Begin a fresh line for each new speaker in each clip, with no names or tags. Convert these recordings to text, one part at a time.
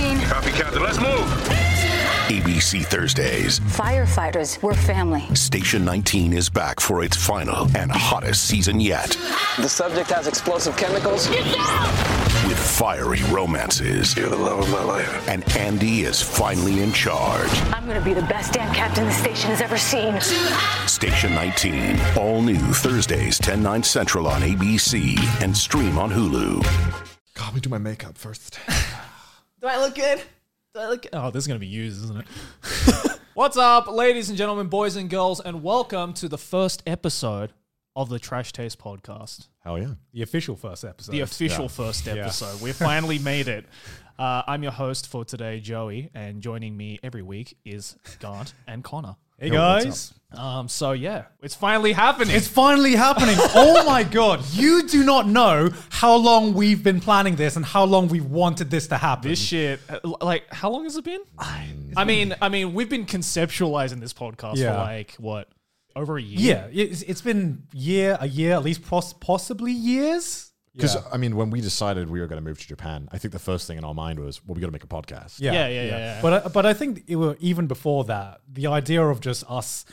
Captain. Let's move.
ABC Thursdays.
Firefighters, we're family.
Station 19 is back for its final and hottest season yet
The subject has explosive chemicals.
with fiery romances.
You're the love of my life.
And Andy is finally in charge.
I'm gonna be the best damn captain the station has ever seen.
Station 19, all new Thursdays, 10, 9 central on ABC and stream on Hulu.
God, we do my makeup first.
Do I look good? Do I look good?
Oh, this is going to be used, isn't it? What's up, ladies and gentlemen, boys and girls, and welcome to the first episode of the Trash Taste Podcast.
Hell yeah.
The official first episode.
The official first episode. We finally made it. Uh, I'm your host for today, Joey, and joining me every week is Gant and Connor.
Hey guys,
Um, so yeah, it's finally happening.
it's finally happening. oh my god, you do not know how long we've been planning this and how long we've wanted this to happen.
this shit. uh, l- Like, how long has it been? I mean, I mean, we've been conceptualizing this podcast for
Yeah.
like what over a year.
yeah, it's, it's been year, a year, at least pos- possibly years.
Because, I mean, when we decided we were going to move to Japan, I think the first thing in our mind was, well, we got to make a podcast.
Yeah, yeah, yeah, yeah.
But I, but I think it were even before that, the idea of just us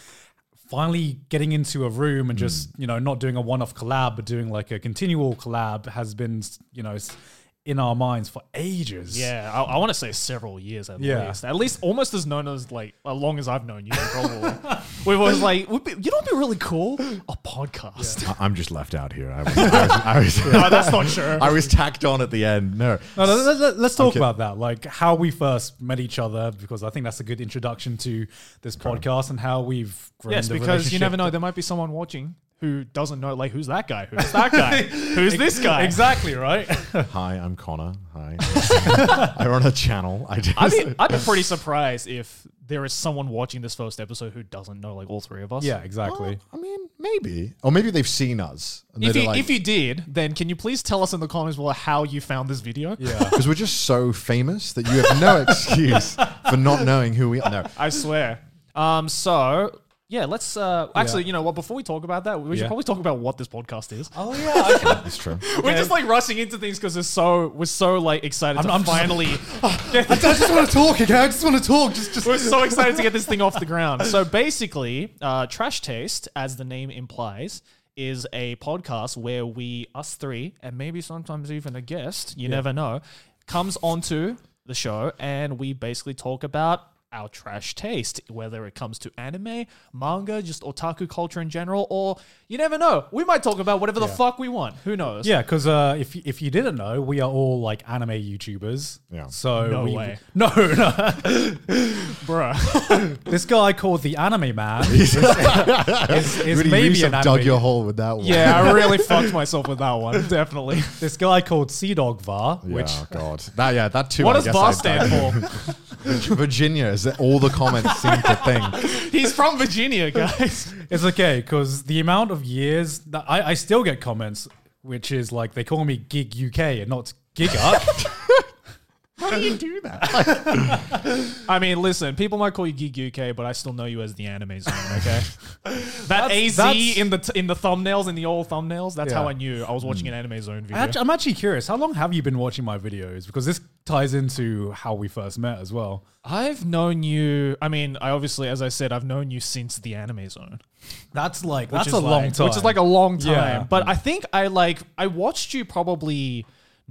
finally getting into a room and just
Mm.
you know not doing a one-off collab, but doing like a continual collab has been you know s- in our minds for ages.
Yeah, I, I want to say several years at
Yeah.
least. At least almost as known as like as long as I've known you. Probably we've always like would be, you know what would be really cool a podcast.
I- I'm just left out here. I was, I was, I was,
no, that's not sure.
I was tacked on at the end. No.
No, no, let, let, let's talk
kidding.
about that, like how we first met each other, because I think that's a good introduction to this podcast and how we've grown.
yes,
the
because you never know
relationship.
there might be someone watching who doesn't know like who's that guy, who's that guy, who's this guy.
Exactly right.
Hi, I'm Connor. Hi. I run a channel. I just,
I'd be, I'd be pretty surprised if there is someone watching this first episode who doesn't know like all three of us.
yeah, exactly.
I mean, maybe. Or maybe they've seen us. And
If
they're
you,
like-
if you did, then can you please tell us in the comments below how you found this video?
Yeah.
Because "Uh, we're just so famous that you have no excuse for not knowing who we are. No.
I swear. Um, so yeah, let's uh, actually, you know what? Before we talk about that, we should
Yeah.
probably talk about what this podcast is.
Oh yeah.
It's true.
We're just like rushing into things because we're so we're so like excited to
I'm just-
finally.
I just want to talk, okay? I just want to talk. Just, just.
we're so excited to get this thing off the ground. So basically, uh, Trash Taste, as the name implies, is a podcast where we, us three, and maybe sometimes even a guest, you never know, comes onto the show and we basically talk about our trash taste, whether it comes to anime, manga, just otaku culture in general, or you never know. We might talk about whatever the fuck we want. Who knows?
Yeah, because uh, if if you didn't know, we are all like anime YouTubers.
Yeah.
So
No
we,
way.
No, no.
Bruh.
this guy called the Anime Man is, is- is
Really,
maybe
you
an
have
anime.
dug your hole with that one.
yeah, I really fucked myself with that one. Definitely.
This guy called Sea Dog Var,
Yeah,
which
Oh, God. That, yeah, that too.
What
I
does
guess
VAR
I
stand
dug.
for?
Virginia is that all the comments seem to think.
He's from Virginia, guys.
It's okay because the amount of years that I, I still get comments, which is like they call me Gig UK and not Gig Up.
How do you do that?
I mean, listen, people might call you Geek UK, but I still know you as the Anime Zone. Okay, that AZ
that's-
in the t- in the thumbnails in the old thumbnails. That's
Yeah.
how I knew I was watching an Anime Zone video.
Actu- I'm actually curious, how long have you been watching my videos? Because this ties into how we first met as well.
I've known you. I mean, I obviously, as I said, I've known you since the Anime Zone.
That's like
which
that's
is
a
like-
long time,
which is like a long time.
Yeah.
But I think I like I watched you probably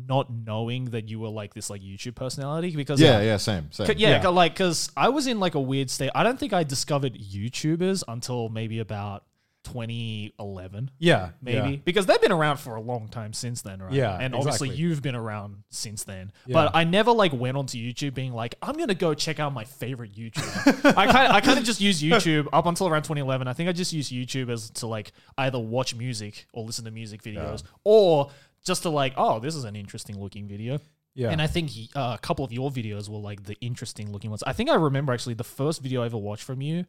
not knowing that you were like this like YouTube personality because uh,
Yeah,
like,
yeah, same, same.
C- yeah,
Yeah.
like because I was in like a weird state. I don't think I discovered YouTubers until maybe about 2011,
yeah,
maybe
yeah.
because they've been around for a long time since then, right?
Yeah,
and obviously
exactly.
you've been around since then.
Yeah.
But I never like went onto YouTube being like, I'm gonna go check out my favorite YouTuber. I kind I kind of just use YouTube up until around 2011. I think I just used YouTube as to like either watch music or listen to music videos or just to like, oh, this is an interesting looking video.
Yeah.
And I think uh, a couple of your videos were like the interesting looking ones. I think I remember actually the first video I ever watched from you,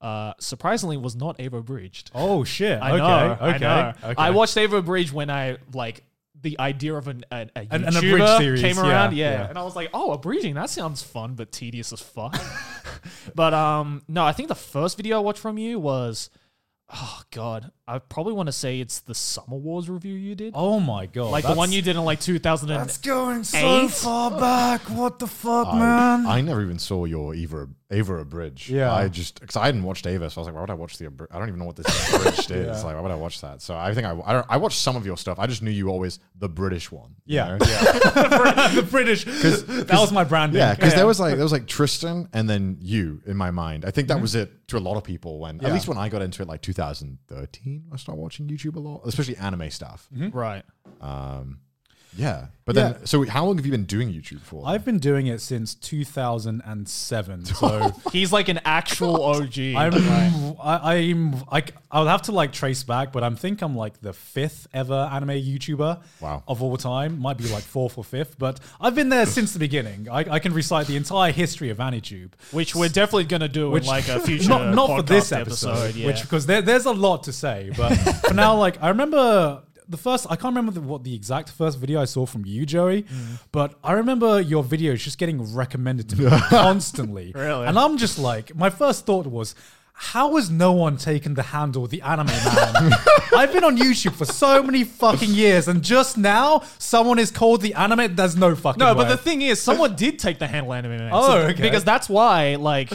uh, surprisingly, was not Avo Bridged.
Oh shit!
I
okay,
know.
okay,
I know.
okay.
I watched Avo Bridge when I like the idea of an a, a
An- an
YouTuber
abridged series,
came
yeah,
around. Yeah,
yeah.
and I was like, oh, abridging. That sounds fun, but tedious as fuck. but um, no, I think the first video I watched from you was. oh god, I probably want to say it's the Summer Wars review you did,
Oh my god!
like the
that's-
one you did in like 2000. And,
going
Eight?
far back. What the fuck,
I, I never even saw your Ava Ava abridged.
Yeah.
I just because I hadn't watched Ava, so I was like, why would I watch the? Abri- I don't even know what this abridged is. Like, why would I watch that? So I think I I, don't, I watched some of your stuff. I just knew you always the British one. you
Yeah.
know? yeah,
the British. that was my branding.
yeah. Because there was like there was like Tristan and then you in my mind. I think that was it to a lot of people when at
Mm-hmm. Yeah.
least when I got into it like 2013. I started watching YouTube a lot, especially anime stuff.
Hmm? right.
Yeah, but
Mm-hmm. Yeah.
then so how long have you been doing YouTube for?
I've been doing it since 2007. So
He's like an actual OG.
Oh. I'm, I, I'm, I, c- I'll have to like trace back, but I am think I'm like the fifth ever anime YouTuber
Wow.
of all time. Might be like fourth or fifth, but I've been there since the beginning. I, I can recite the entire history of AniTube.
which we're definitely gonna do
Which-
in like a future
not, not for
podcast
this episode,
yeah.
which because there, there's a lot to say but for now like i remember the first i can't remember the, what the exact first video i saw from you joey
Mm.
but i remember your videos just getting recommended to me constantly
Really?
and i'm just like my first thought was how has no one taken the handle the anime man? I've been on YouTube for so many fucking years, and just now someone is called the anime. There's no fucking
no, but
way.
the thing is, someone did take the handle anime. Man.
Oh,
So-
okay.
because that's why like.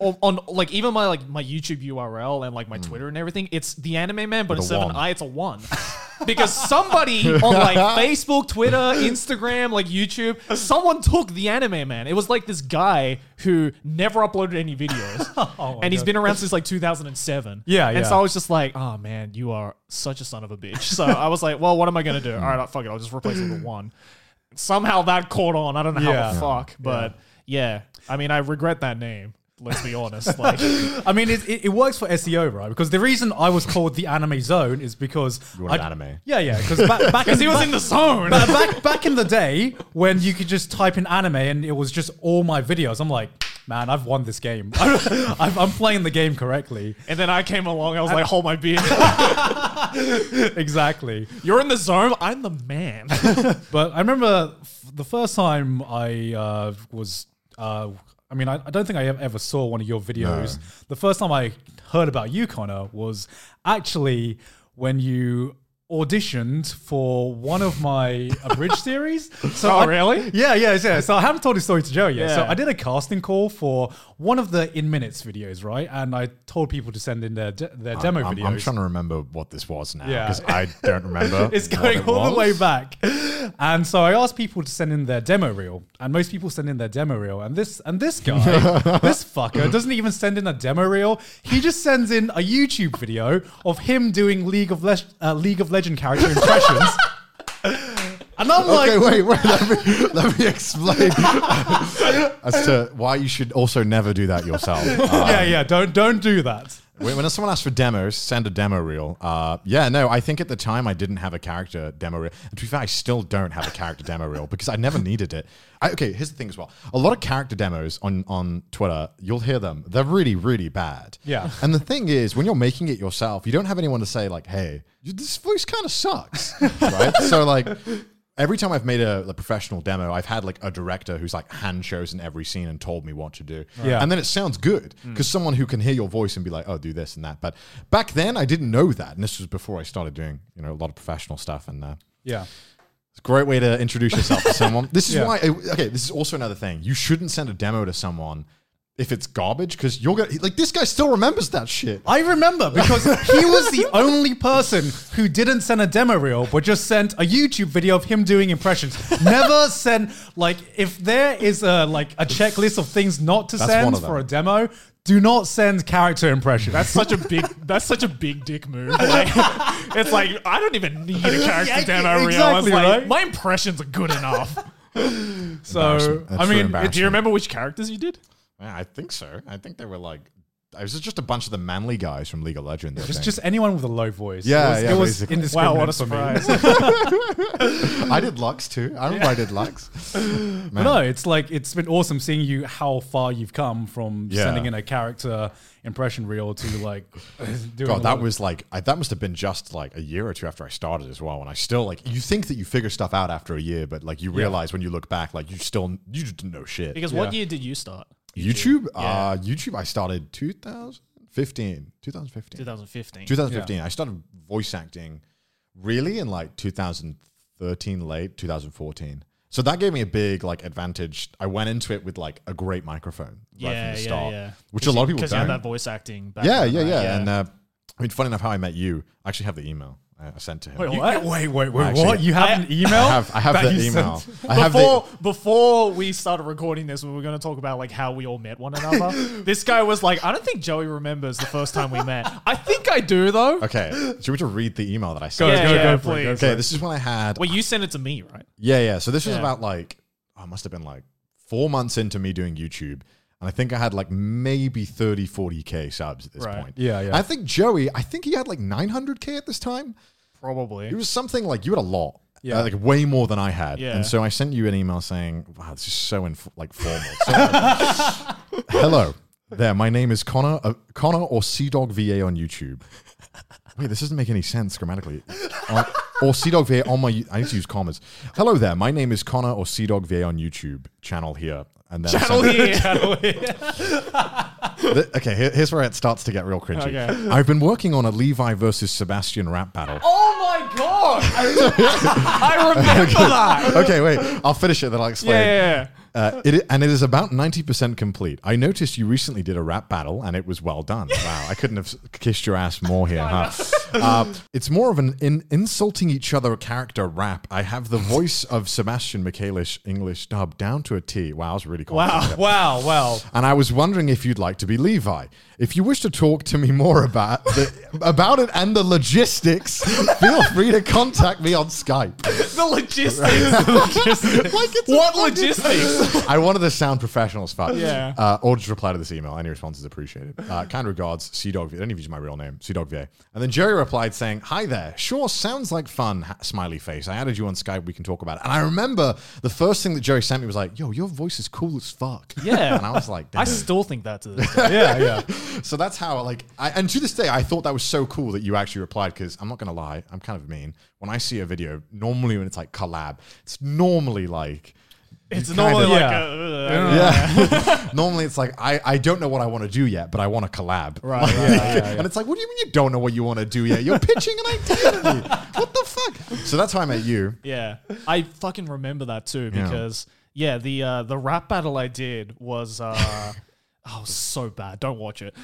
On, on like even my like my YouTube URL and like
Hmm.
my Twitter and everything, it's the anime man, but
With a
instead of an
one.
I, it's a one. because somebody on like Facebook, Twitter, Instagram, like YouTube, someone took the anime man. It was like this guy who never uploaded any videos, and he's been around since like 2007.
Yeah,
And
yeah.
so I was just like, oh man, you are such a son of a bitch. So I was like, well, what am I gonna do?
Hmm.
All right, fuck it, I'll just replace it with a one somehow that caught on. I don't know how
Yeah.
the fuck, but yeah. I mean, I regret that name. Let's be honest. Like,
I mean, it, it, it works for SEO, right? Because the reason I was called the Anime Zone is because
were
I-
an anime.
Yeah, yeah. Because back, back in,
he was
back-
in the zone.
ba- back back in the day when you could just type in anime and it was just all my videos. I'm like, man, I've won this game. I've, I'm playing the game correctly.
and then I came along. I was like, hold my beer.
Exactly.
You're in the zone. I'm the man.
But I remember f- the first time I uh, was. Uh, I mean, I, I don't think I ev- ever saw one of your videos. The first time I heard about you, Connor, was actually when you auditioned for one of my abridged series. So
Oh,
I-
really?
Yeah, yeah, yeah. So I haven't told this story to Joe yet. So
Yeah.
I did a casting call for one of the In Minutes videos, right? And I told people to send in their de- their demo
I'm,
videos.
I'm trying to remember what this was now
Yeah.
because I don't remember.
It's
what
going
it
all the way
was.
back. And so I asked people to send in their demo reel, and most people send in their demo reel. And this and this guy, this fucker, doesn't even send in a demo reel. He just sends in a YouTube video of him doing League of Le- uh, League of Legend character impressions. and I'm
Okay,
like,
wait, wait. Let me, let me explain as to why you should also never do that yourself. Uh,
yeah, yeah, don't don't do that.
when, when someone asks for demos, send a demo reel. Uh, yeah, no, I think at the time I didn't have a character demo reel. And to be fair, I still don't have a character demo reel because I never needed it. I, okay, here's the thing as well. A lot of character demos on, on Twitter, you'll hear them. They're really, really bad.
Yeah.
And the thing is, when you're making it yourself, you don't have anyone to say, like, hey, you- this voice kind of sucks. right? So, like, every time I've made a, a professional demo, I've had like a director who's like hand chosen every scene and told me what to do.
Yeah. Mm.
And then it sounds good because someone who can hear your voice and be like, oh, do this and that. But back then, I didn't know that. And this was before I started doing, you know, a lot of professional stuff. And uh,
Yeah.
it's a great way to introduce yourself to someone. This is
Yeah.
why, uh, okay, this is also another thing. You shouldn't send a demo to someone if it's garbage because you're going to, like, this guy still remembers that shit.
I remember because he was the only person who didn't send a demo reel, but just sent a YouTube video of him doing impressions. Never send like if there is a like a checklist of things not to
That's one
send
of them.
for a demo, do not send character impressions.
that's such a big. That's such a big dick move. Like, it's like I don't even need a character
Yeah,
demo reel.
exactly,
It's like,
right?
My impressions are good enough.
so.
Embarrassing. That's
I
true
mean,
embarrassing.
Do you remember which characters you did?
Yeah, I think so. I think they were like, I was just a bunch of the manly guys from League of Legends. I
it's
think.
just anyone with a low voice.
Yeah,
it was,
yeah,
It was
basically.
indiscriminate
Wow, what a
for me.
surprise!
I did Lux too. I remember I did Lux.
But no, it's like it's been awesome seeing you how far you've come from
Yeah.
sending in a character impression reel to like doing
God,
a
that
lot-
was like I, that must have been just like a year or two after I started as well. And I still like you think that you figure stuff out after a year, but like you realize when you look back, like you still you just didn't know shit.
because what year did you start?
YouTube, uh, YouTube, I started 2015, 15, 2015.
2015.
2015. I started voice acting really in like 2013, late 2014. So that gave me a big like advantage. I went into it with like a great microphone right
yeah,
from the
yeah,
start,
yeah.
which a
'Cause
lot
you-
of people
Because you had
don't.
that voice acting
yeah,
background,
yeah,
right?
yeah, And uh, I mean, funny enough, how I met you. I actually have the email uh, I I sent to him.
Wait,
You-
what?
wait, wait, wait.
Actually,
what? You have an email?
I have, I have
that
the
you
email.
sent?
I have
before
the.
before we started recording this, we were going to talk about like how we all met one another. this guy was like, "I don't think Joey remembers the first time we met. I think I do though."
Okay, should we just read the email that I sent?
Yeah,
go, go
yeah,
for it, go
please.
Okay, this is when I had.
Well, you sent it to me, right?
Yeah, yeah. So this was
Yeah.
about like I must have been like four months into me doing YouTube. And I think I had like maybe 30, 40K subs at this
Right.
point.
Yeah, yeah.
I think Joey, I think he had like 900K at this time.
Probably.
It was something like you had a lot.
Yeah.
Yeah. like way more than I had.
Yeah.
And so I sent you an email saying, wow, this is so inf- like formal. So- Hello. There, my name is Connor, uh, Connor or Sea Dog VA on YouTube. Wait, this doesn't make any sense grammatically. On- or Sea Dog VA on my. I need to use commas. Hello there. My name is Connor or Sea Dog VA on YouTube channel here. And then I
Channel
sent-
here.
Th- okay, here- here's where it starts to get real cringy.
Okay.
I've been working on a Levi versus Sebastian rap battle.
Oh my god! I, I remember that.
Okay, wait. I'll finish it. Then I'll explain.
Yeah, yeah,
Uh, it, i- and it is about 90% complete. I noticed you recently did a rap battle and it was well done. Wow, I couldn't have s- kissed your ass more here, huh? Uh, it's more of an in, insulting each other character rap. I have the voice of Sebastian Michaelish English dub down to a T. Wow, I was really confident.
Wow.
Wow, wow.
And I was wondering if you'd like to be Levi. If you wish to talk to me more about the, about it and the logistics, feel free to contact me on Skype.
yeah. The logistics.
Like it's a
what
fucking-
logistics?
I wanted to sound professional as fuck.
Yeah.
Uh, or just reply to this email. Any response is appreciated. Uh, kind regards, C Dog. I don't even use my real name, C Dog VA. And then Jerry replied saying, "Hi there. Sure, sounds like fun." Ha- smiley face. I added you on Skype. We can talk about it. And I remember the first thing that Jerry sent me was like, "Yo, your voice is cool as fuck."
Yeah.
And I was like,
I
"Damn."
still think that to this day.
Yeah, yeah.
So that's how, like, I, and to this day, I thought that was so cool that you actually replied because I'm not going to lie, I'm kind of mean. When I see a video, normally when it's like collab, it's normally like,
It's
you
normally
kinda-
like
yeah.
a, uh,
yeah. normally it's like, I, I don't know what I want to do yet, but I want to collab. Right. And it's like, what do you mean you don't know what you want to do yet? You're pitching an idea to me. What the fuck? So that's how I met you.
Yeah, I fucking remember that too
Yeah.
because yeah, the uh, the rap battle I did was uh, oh so bad. Don't watch it.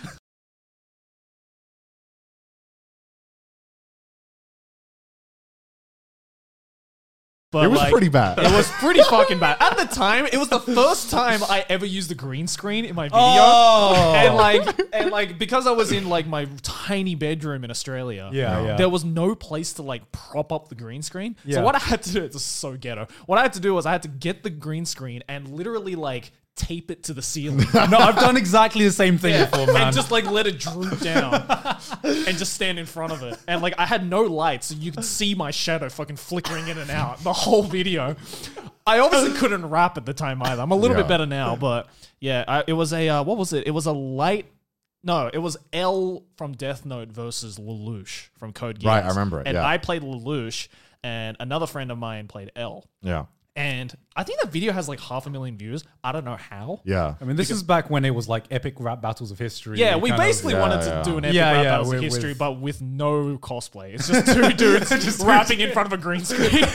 But
it was
like,
pretty bad.
It was pretty fucking bad. At the time, it was the first time I ever used the green screen in my video.
Oh.
And like and like because I was in like my tiny bedroom in Australia.
Yeah, yeah.
There was no place to like prop up the green screen.
Yeah.
So what I had to do, it's so ghetto. What I had to do was I had to get the green screen and literally like tape it to the ceiling.
No, I've done exactly the same thing before, man.
and just like let it droop down and just stand in front of it. And like I had no light, so you could see my shadow fucking flickering in and out the whole video. I obviously couldn't rap at the time either. I'm a little
Yeah.
bit better now, but yeah, I, it was a uh, what was it? It was a light. No, it was L from Death Note versus Lelouch from Code Geass.
Right, I remember it,
And
yeah.
I played Lelouch, and another friend of mine played L.
yeah.
And I think that video has like half a million views. I don't know how.
Yeah.
I mean, this is back when it was like epic rap battles of history.
Yeah, we
kind of-
basically
yeah,
wanted
yeah.
to do an epic
Yeah,
rap
yeah,
battles of
with-
history,
with-
but with no cosplay. It's just two dudes just rapping in front of a green screen.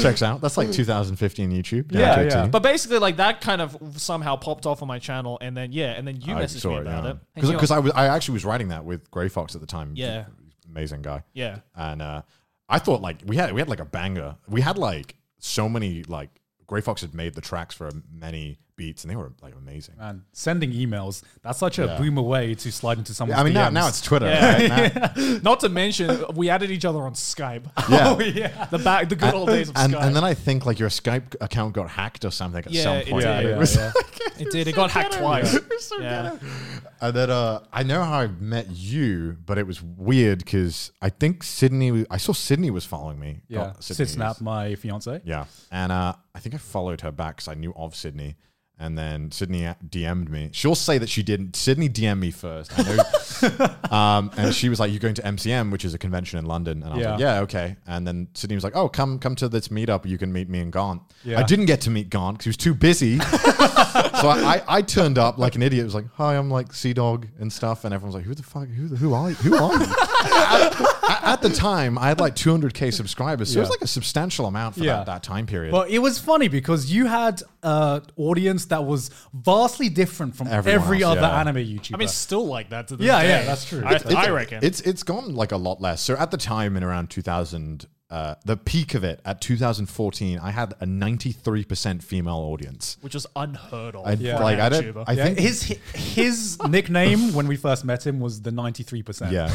Checks out. That's like 2015 YouTube.
Yeah,
to a
yeah.
T.
but basically, like that kind of somehow popped off on my channel, and then yeah, and then you messaged me about it. And you're-
Because I was I actually was writing that with Grey Fox at the time.
Yeah.
Amazing guy.
yeah,
And uh, I thought like we had we had like a banger. We had like so many like Grey Fox had made the tracks for many beats and they were like amazing.
Man, sending emails, that's such a boomer way to slide into someone's
I mean now,
DMs.
now it's Twitter.
Yeah.
right? Now-
not to mention we added each other on Skype.
Yeah.
Oh, yeah.
the back, the good old days of
and,
Skype.
and then I think like your Skype account got hacked or something at
Yeah,
some
it
point.
did.
Yeah,
It
yeah,
was-
yeah.
it did. It got hacked twice. Yeah.
And then uh, I know how I met you, but it was weird because I think Sydney. I saw Sydney was following me.
Yeah.
God, Sydney
Sid
is-
Snap, my fiance.
Yeah. And uh, I think I followed her back because I knew of Sydney. And then Sydney DM'd me. She'll say that she didn't. Sydney DM'd me first. I know. um, and she was like, "You're going to MCM, which is a convention in London." And I was like,
Yeah.
"Yeah, okay." And then Sydney was like, "Oh, come come to this meetup. You can meet me and Gaunt."
Yeah.
I didn't get to meet Gaunt because he was too busy. so I, I, I turned up like an idiot. It was like, "Hi, I'm like Sea Dog and stuff," and everyone's like, "Who the fuck? Who the, who are you? Who are you?" at, at the time, I had like 200k subscribers, so it was
Yeah.
like a substantial amount for
Yeah.
that, that time period.
But it was funny because you had an audience that was vastly different from
Everyone
every
else,
other
yeah.
anime YouTuber.
I mean, still like that to this
Yeah,
day.
yeah, that's true.
I,
It's-
I reckon.
it's it's gone like a lot less. So at the time, in around 2000. Uh, the peak of it at 2014, I had a 93% female audience.
which was unheard of.
I,
for an
like, I don't,
YouTuber.
I
Yeah,
think,
his his nickname when we first met him was the ninety three percent.
yeah.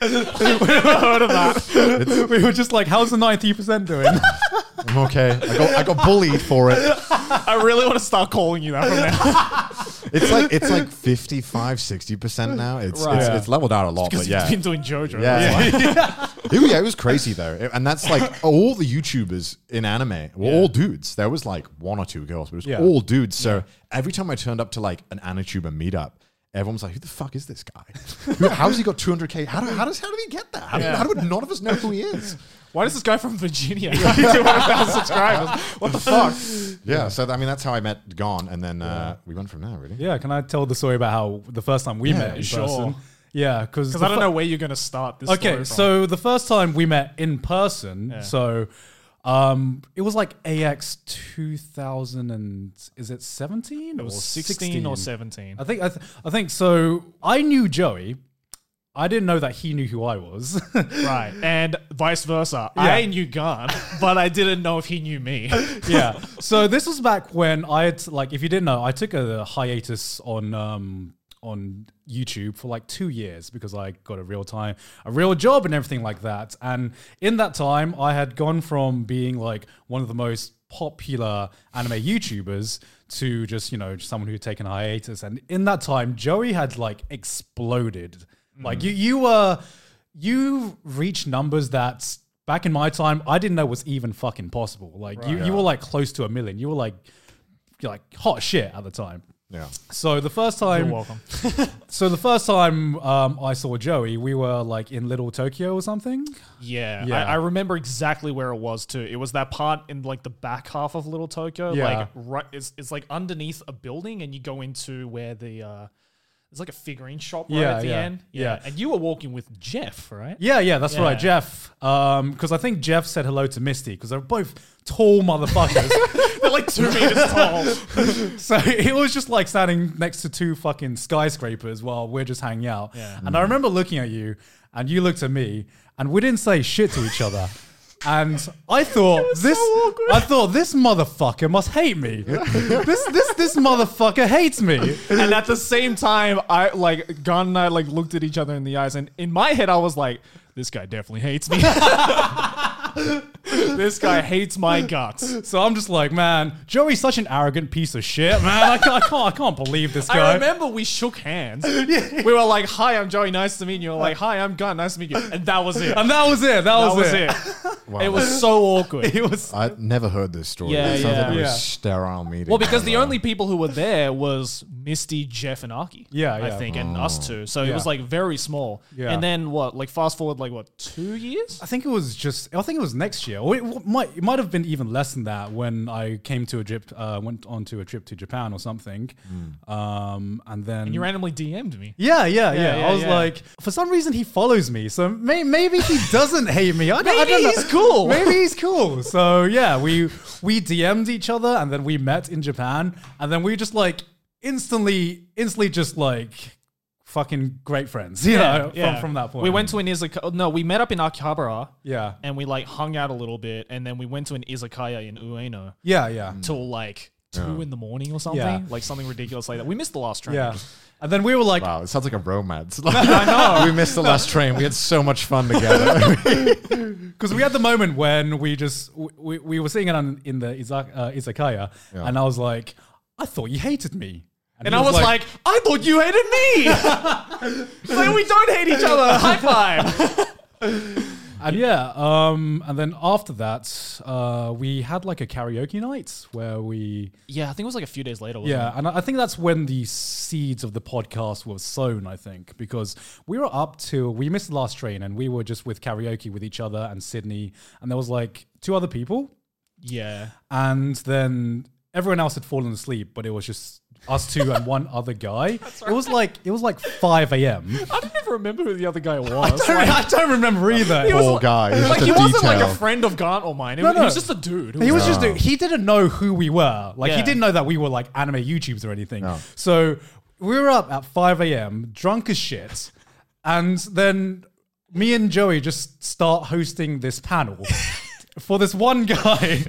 heard of that. we were just like, "How's the ninety percent doing?"
I'm okay. I got, I got bullied for it.
I really want to start calling you that from now.
It's like it's like 55, 60% now. It's it's,
Yeah.
it's leveled out a lot, but
Because
yeah.
you've been doing JoJo.
Yeah. It, was- yeah, it was crazy though. It- and that's like all the YouTubers in anime were all dudes. There was like one or two girls, but it was
Yeah.
all dudes. So every time I turned up to like an Anituber meetup, everyone was like, who the fuck is this guy? Who- How's he got 200K? How, do, how, does, how did he get that? How, do- how do none of us know who he is?
Why does this guy from Virginia have 200,000 subscribers? What the fuck?
Yeah, so I mean, that's how I met Gon. And then uh, we went from there, really.
yeah, can I tell the story about how the first time we met in
sure.
person? Yeah, because
Because I don't know where you're going to start this
Okay,
story from.
so the first time we met in person, so um, it was like AX two thousand and is it seventeen? It
was 16 or 17.
I think I, th- I think so. I knew Joey. I didn't know that he knew who I was.
Right. And vice versa.
Yeah.
I knew Gun, but I didn't know if he knew me.
yeah. So this was back when I had like, if you didn't know, I took a hiatus on um on YouTube for like two years because I got a real time, a real job, and everything like that. And in that time, I had gone from being like one of the most popular anime YouTubers to just you know just someone who had taken a hiatus. And in that time, Joey had like exploded. Like you, you were. You reached numbers that back in my time, I didn't know was even fucking possible. Like you, you were like close to a million. You were like, you're like hot shit at the time.
Yeah.
So the first time,
You're welcome.
so the first time um, I saw Joey, we were like in Little Tokyo or something.
Yeah.
Yeah.
I, I remember exactly where it was too. It was that part in like the back half of Little Tokyo.
Yeah.
Like right it's it's like underneath a building and you go into where the uh it's like a figurine shop right
Yeah,
at the
yeah,
end.
yeah.
And you were walking with Jeff, right?
Yeah, yeah, that's
Yeah.
right, Jeff. Um, because I think Jeff said hello to Misty because they're both tall motherfuckers.
They're like two meters tall.
so it was just like standing next to two fucking skyscrapers while we're just hanging out. And I remember looking at you, and you looked at me, and we didn't say shit to each other. And I thought this, I thought this motherfucker must hate me. this, this, this motherfucker hates me.
and at the same time, I like Gon and I like looked at each other in the eyes, and in my head, I was like, "This guy definitely hates me. this guy hates my guts."
So I'm just like, man, Joey's such an arrogant piece of shit, man. I can't, I can't, I can't believe this guy.
I remember we shook hands. We were like, "Hi, I'm Joey. Nice to meet you." you. were like, "Hi, I'm Gon. Nice to meet you." And that was it.
Uh, and
that
that was it. That, was,
was
it.
it. It was so awkward.
It was
I never heard this story.
Yeah,
it sounds
yeah.
like it was
Yeah.
sterile meeting.
Well, because the
Uh,
only people who were there was Misty, Jeff, and Aki.
Yeah,
I
yeah.
think, and us two. So it
Yeah.
was like very small.
Yeah.
And then what? Like fast forward, like what? Two years?
I think it was just. I think it was next year. Or it w- might. It might have been even less than that when I came to a trip. Uh, went on to a trip to Japan or something. Um, and then
You randomly DM'd me.
Yeah, yeah, yeah.
yeah,
I was
yeah.
like, for some reason he follows me, so may- maybe he doesn't hate me. I don't, I
Maybe
don't know.
he's cool.
Maybe he's cool. So yeah, we we DM'd each other and then we met in Japan and then we just like instantly, instantly just like fucking great friends, you know, From, from that point.
We went to an izakaya. No, we met up in Akihabara.
Yeah.
And we like hung out a little bit. And then we went to an izakaya in Ueno
yeah, yeah,
till like two in the morning or something.
Yeah.
Like something ridiculous like that. We missed the last train.
yeah. And then we were like,
Wow, it sounds like a romance. I know. We missed the last train. We had so much fun together.
because we had the moment when we just we, we, we were sitting in, in the izak, uh, izakaya, and I was like, I thought you hated me,
And
he
I was like, I thought you hated me. so we don't hate each other. High five.
And yeah, um, and then after that, uh, we had like a karaoke night where we
Yeah, I think it was like a few days later. Wasn't
yeah,
it?
and I I think that's when the seeds of the podcast were sown. I think because we were up to we missed the last train and we were just with karaoke with each other and Sydney, and there was like two other people,
yeah.
and then everyone else had fallen asleep, but it was just us two and one other guy. It was like it was like five a.m.
I don't even remember who the other guy was.
I don't- I don't remember either.
Poor guy. He's
like
just
he
a
wasn't like
detail.
a friend of Grant or mine. It
No,
was, He
no.
was just a dude. who
He was
was-
just he didn't know who we were. Like he
Yeah.
didn't know that we were like anime YouTubers or anything.
No.
So we were up at 5 a.m. drunk as shit, and then me and Joey just start hosting this panel for this one guy,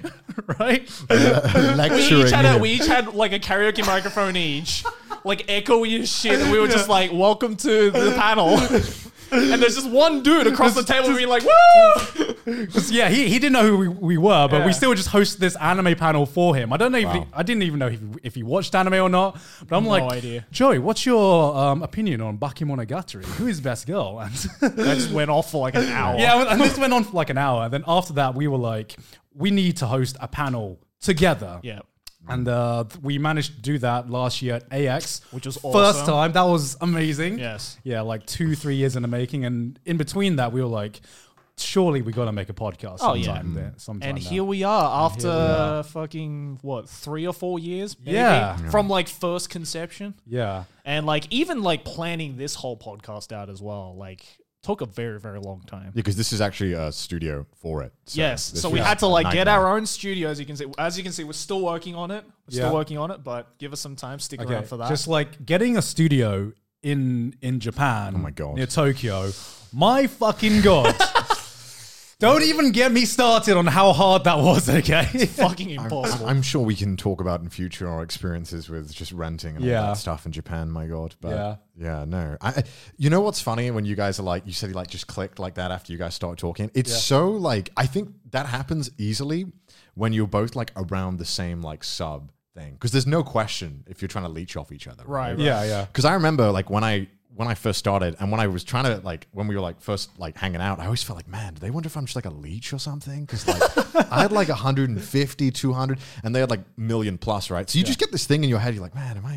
right?
we
lecturing.
each had a,
him.
we each had like a karaoke microphone each, like echoey as shit, and we were just like, "Welcome to the panel." And there's just one dude across the table being like, "Woo!"
'Cause, yeah, he, he didn't know who we, we were, but we
Yeah.
still just hosted this anime panel for him. I don't know if he,
Wow.
I didn't even know if, if he watched anime or not. But I'm like,
idea.
Joey, what's your um, opinion on Bakemonogatari? Who is best girl? And
That just went off for like an hour.
Yeah, and this went on for like an hour. And then after that, we were like, we need to host a panel together.
yeah.
And uh, th- we managed to do that last year at AX,
Which was
first
awesome.
time. That was amazing.
Yes.
Yeah, like two, three years in the making. And in between that, we were like, surely we got to make a podcast
Oh, yeah.
sometime. there, sometime
And
now.
here we are after fucking what three or four years, maybe,
Yeah.
from like first conception,
Yeah.
and like even like planning this whole podcast out as well, like took a very very long time.
because this is actually a studio for it. So
yes,
this
so we
was
had to
a
like get
nightmare.
our own studio. As you can see, as you can see, we're still working on it. We're
Yeah.
still working on it, but give us some time. Stick
Okay.
around for that.
Just like getting a studio in in Japan. Oh
my God.
Near Tokyo. My fucking god. Don't even get me started on how hard that was, okay?
fucking impossible.
I'm sure we can talk about in future our experiences with just renting and all
Yeah.
that stuff in Japan. My God, but
Yeah.
yeah, no. I, I- you know what's funny when you guys are like, you said you like just clicked like that after you guys start talking. It's so like I think that happens easily when you're both like around the same like sub thing because there's no question if you're trying to leech off each other,
Right, right.
Yeah, yeah.
Because I remember like when I when I first started and when I was trying to like when we were like first like hanging out, I always felt like, man, do they wonder if I'm just like a leech or something? Because like I had like 150, 200, and they had like million plus, right? So you just get this thing in your head, you're like, man, am I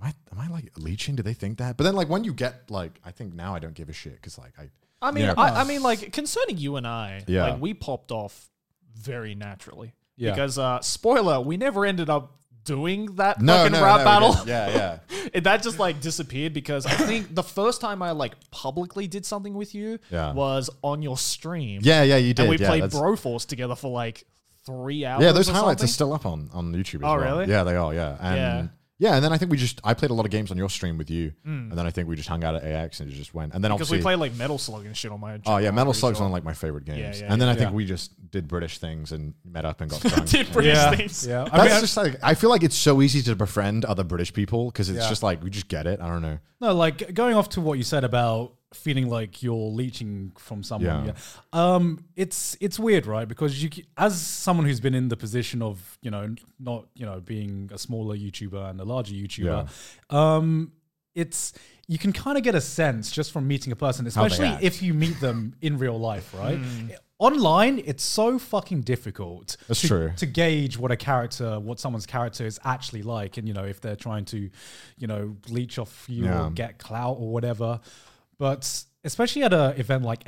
am I am I like leeching? Do they think that? But then like when you get like, I think now I don't give a shit because like I.
I mean,
Yeah.
I, I mean, like concerning you and I,
Yeah.
like we popped off very naturally
Yeah.
because uh, spoiler, we never ended up doing that
No,
fucking
no,
rap
no,
battle.
we didn't. Yeah, yeah.
It- that just like disappeared because I think the first time I like publicly did something with you
Yeah.
was on your stream.
Yeah, yeah, you did.
and we
yeah,
played
that's-
Broforce together for like three hours.
Yeah, those
or
highlights
something.
are still up on on YouTube. As well.
Oh, really?
Yeah, they are. Yeah, and yeah. and then I think we just I played a lot of games on your stream with you, and then I think we just hung out at AX and it just went. And then
because
obviously,
we played like Metal Slug and shit on my.
oh yeah,
I'm
Metal
pretty
Slug's
sure.
one of like my favorite games.
yeah,
and then I think
yeah.
we just did British things and met up and got drunk.
Did British
yeah.
things.
yeah. I
That's
mean, I-
just like I feel like it's so easy to befriend other British people because it's
Yeah.
just like we just get it. I don't know.
No, like going off to what you said about feeling like you're leeching from someone.
Yeah.
Yeah. Um, it's it's weird, right? Because you, c- as someone who's been in the position of you know not you know being a smaller YouTuber and a larger YouTuber, um, it's you can kind of get a sense just from meeting a person,
they
especially
act.
if you meet them in real life, right? Online, it's so fucking difficult
That's
to,
true.
to gauge what a character, what someone's character is actually like, and you know if they're trying to, you know, leech off you
Yeah.
or get clout or whatever. But especially at an event like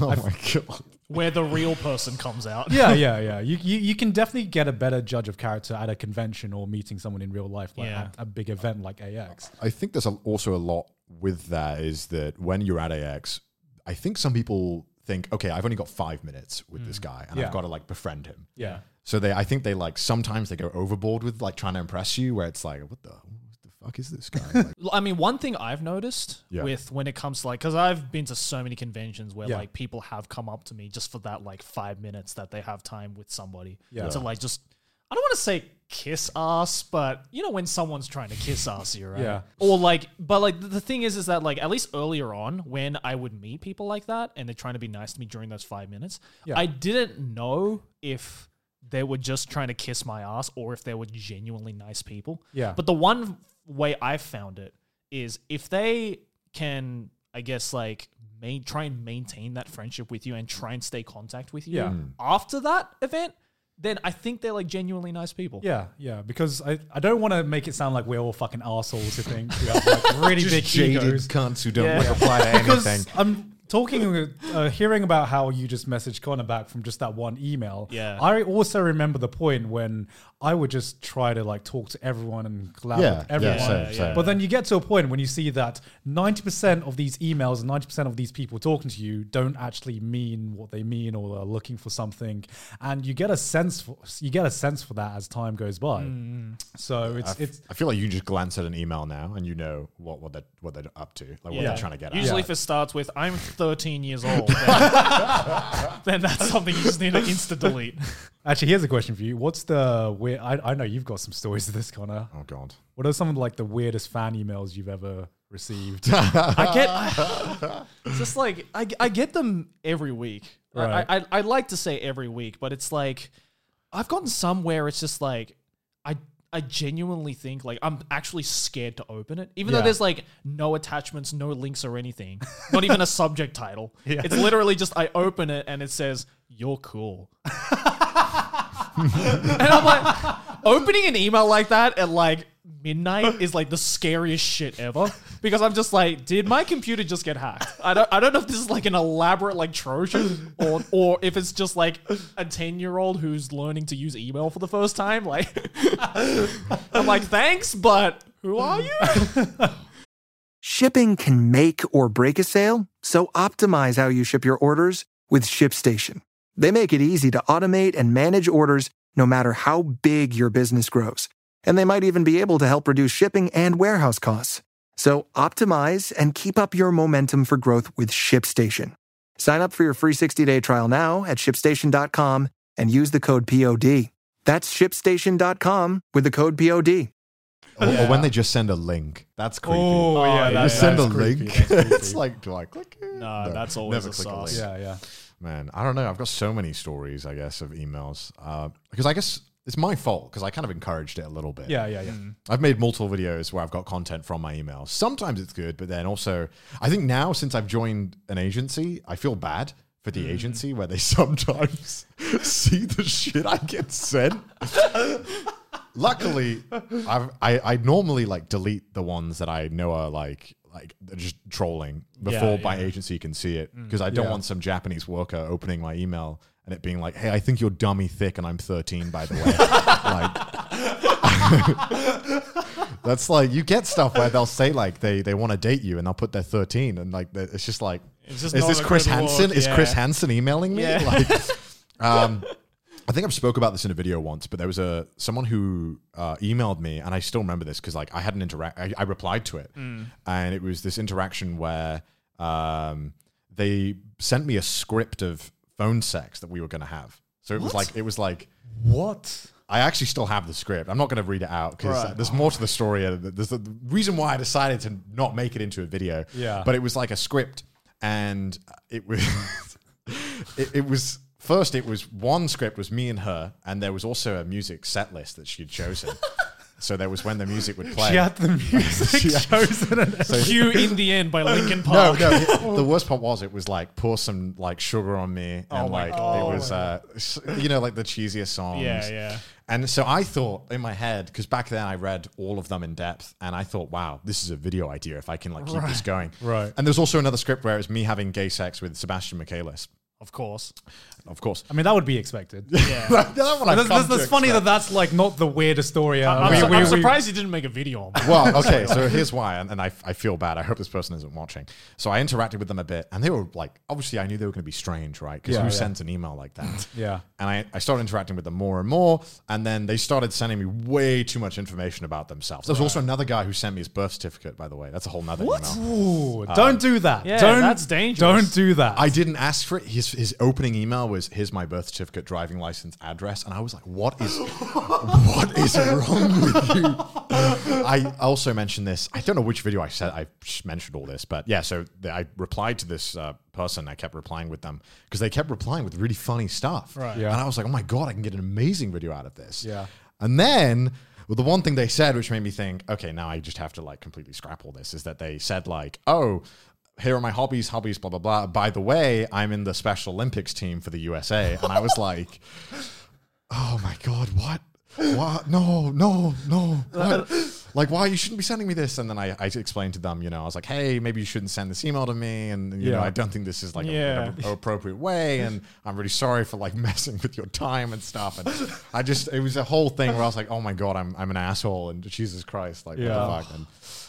Oh
I've-
my god.
where the real person comes out.
yeah, yeah, yeah. You, you you can definitely get a better judge of character at a convention or meeting someone in real life, like
Yeah.
at a big event like AX.
I think there's a, also a lot with that is that when you're at AX, I think some people think, okay, I've only got five minutes with this guy, and
Yeah.
I've got to like befriend him.
Yeah.
So they, I think they like sometimes they go overboard with like trying to impress you, where it's like, what the, what the fuck is this guy? Like,
I mean, one thing I've noticed
Yeah.
with when it comes to like, because I've been to so many conventions where
Yeah.
like people have come up to me just for that like five minutes that they have time with somebody
Yeah.
to like just, I don't want to say kiss ass, but you know when someone's trying to kiss ass you, right?
Yeah.
Or like, but like the- the thing is, is that like at least earlier on when I would meet people like that and they're trying to be nice to me during those five minutes,
Yeah.
I didn't know if they were just trying to kiss my ass or if they were genuinely nice people.
Yeah.
But the one way I found it is if they can, I guess, like main, try and maintain that friendship with you and try and stay contact with you
Yeah. Mm.
after that event, then I think they're like genuinely nice people.
Yeah, yeah, because I, I don't want to make it sound like we're all fucking assholes who think we have like really big
jaded
egos.
cunts who don't
Yeah.
like apply to anything.
Because I'm talking, uh, hearing about how you just messaged Connor back from just that one email.
Yeah.
I also remember the point when I would just try to like talk to everyone and collab
Yeah,
with everyone.
yeah, same, same.
But then you get to a point when you see that 90% of these emails and 90% of these people talking to you don't actually mean what they mean or are looking for something. And you get a sense for, you get a sense for that as time goes by. So it's it's
I feel like you just glance at an email now and you know what what they're what they're up to, like what they're trying to get.
Usually,
at.
if it starts with "I'm 13 years old," then, then that's something you just need to insta delete.
Actually, here's a question for you. What's the weird? I, I know you've got some stories of this, Connor.
oh god.
What are some of like the weirdest fan emails you've ever received? Oh,
I get it's just like I, I get them every week. I-
Right.
I, I I like to say every week, but it's like I've gotten some where it's just like I I genuinely think like I'm actually scared to open it, even though
Yeah.
there's like no attachments, no links or anything, not even a subject title. It's literally just I open it and it says you're cool. and I'm like, opening an email like that at like midnight is like the scariest shit ever because I'm just like, did my computer just get hacked? I don't, I don't know if this is like an elaborate like Trojan or or if it's just like a ten year old who's learning to use email for the first time. Like, I'm like, thanks, but who are you?
Shipping can make or break a sale, so optimize how you ship your orders with ShipStation. They make it easy to automate and manage orders no matter how big your business grows. And they might even be able to help reduce shipping and warehouse costs. So optimize and keep up your momentum for growth with ShipStation. Sign up for your free 60-day trial now at shipstation.com and use the code POD. That's shipstation.com with the code POD.
Or, or when they just send a link, that's creepy.
Oh, yeah,
you
that-
send a
that's creepy,
link.
that's creepy.
it's like, do I click? it?
No, that's always a sauce.
yeah, yeah.
Man, I don't know. I've got so many stories, I guess, of emails. Uh, because I guess it's my fault because I kind of encouraged it a little bit.
Yeah, yeah, yeah.
I've made multiple videos where I've got content from my email. Sometimes it's good, but then also, I think now since I've joined an agency, I feel bad for the agency where they sometimes see the shit I get sent. Luckily, I've, I I normally like delete the ones that I know are like like they're just trolling before my agency can see it
Mm.
because I don't
Yeah.
want some Japanese worker opening my email and it being like, "Hey, I think you're dummy thick, and I'm 13 by the way." like, that's like you get stuff where they'll say like they they want to date you and they'll put their 13 and like they- it's just like
It's just
is
not
this
a
Chris
good look,
Hansen? Is
yeah.
Chris Hansen emailing me?
Yeah.
Like, um, I think I've spoke about this in a video once, but there was a someone who uh, emailed me, and I still remember this because like I had an interact, I, I replied to it, and it was this interaction where um, they sent me a script of phone sex that we were going to have. So it was like it was like
What?
I actually still have the script. I'm not going to read it out because there's more to the story. Uh, There's the reason why I decided to not make it into a video.
Yeah.
But it was like a script, and it was it, it was first. It was one script was me and her, and there was also a music set list that she'd chosen. so there was when the music would play.
She had the music
Yeah.
chosen. And
So-
You in the end by Linkin
no,
Park.
no. it- the worst part was it was like pour some like sugar on me,
Oh
and
my
like it was uh, s- you know like the cheesiest songs.
Yeah, yeah.
And so I thought in my head because back then I read all of them in depth, and I thought, wow, this is a video idea if I can like keep this going.
Right.
And there's also another script where it was me having gay sex with Sebastian Michaelis,
Of course.
of course.
I mean, that would be expected.
that one I've
That's,
come
that's, that's
to
funny
expect.
that that's like not the weirdest story.
I'm,
ever.
su-
We-
I'm
we-
surprised you didn't make a video on that.
well, okay, so here's why, and, and I, I feel bad. I hope this person isn't watching. So I interacted with them a bit, and they were like, obviously, I knew they were going to be strange, right? Because
Yeah,
who
yeah.
sends an email like that?
Yeah.
And I, I started interacting with them more and more, and then they started sending me way too much information about themselves. There's also another guy who sent me his birth certificate, by the way. That's a whole nother email.
Ooh, don't do that.
yeah,
don't,
that's dangerous.
Don't do that.
I didn't ask for it. His, his opening email was, "Here's my birth certificate, driving license, address," and I was like, "What is, what is wrong with you?" I also mentioned this. I don't know which video I said I mentioned all this, but yeah. So the, I replied to this uh, person. I kept replying with them because they kept replying with really funny stuff. Right.
Yeah.
And I was like, "Oh my god, I can get an amazing video out of this."
Yeah.
And then well, the one thing they said, which made me think, okay, now I just have to like completely scrap all this, is that they said like, oh, here are my hobbies, hobbies, blah, blah, blah. By the way, I'm in the Special Olympics team for the USA. And I was like, oh my God, what? What? No, no, no. What? Like, why? You shouldn't be sending me this. And then I, I explained to them, you know, I was like, hey, maybe you shouldn't send this email to me. And, you know,
Yeah.
I don't think this is like a-
Yeah.
a, appropriate way. And I'm really sorry for like messing with your time and stuff. And I just, it was a whole thing where I was like, oh my God, I'm, I'm an asshole. And Jesus Christ, like,
Yeah.
what the fuck? And,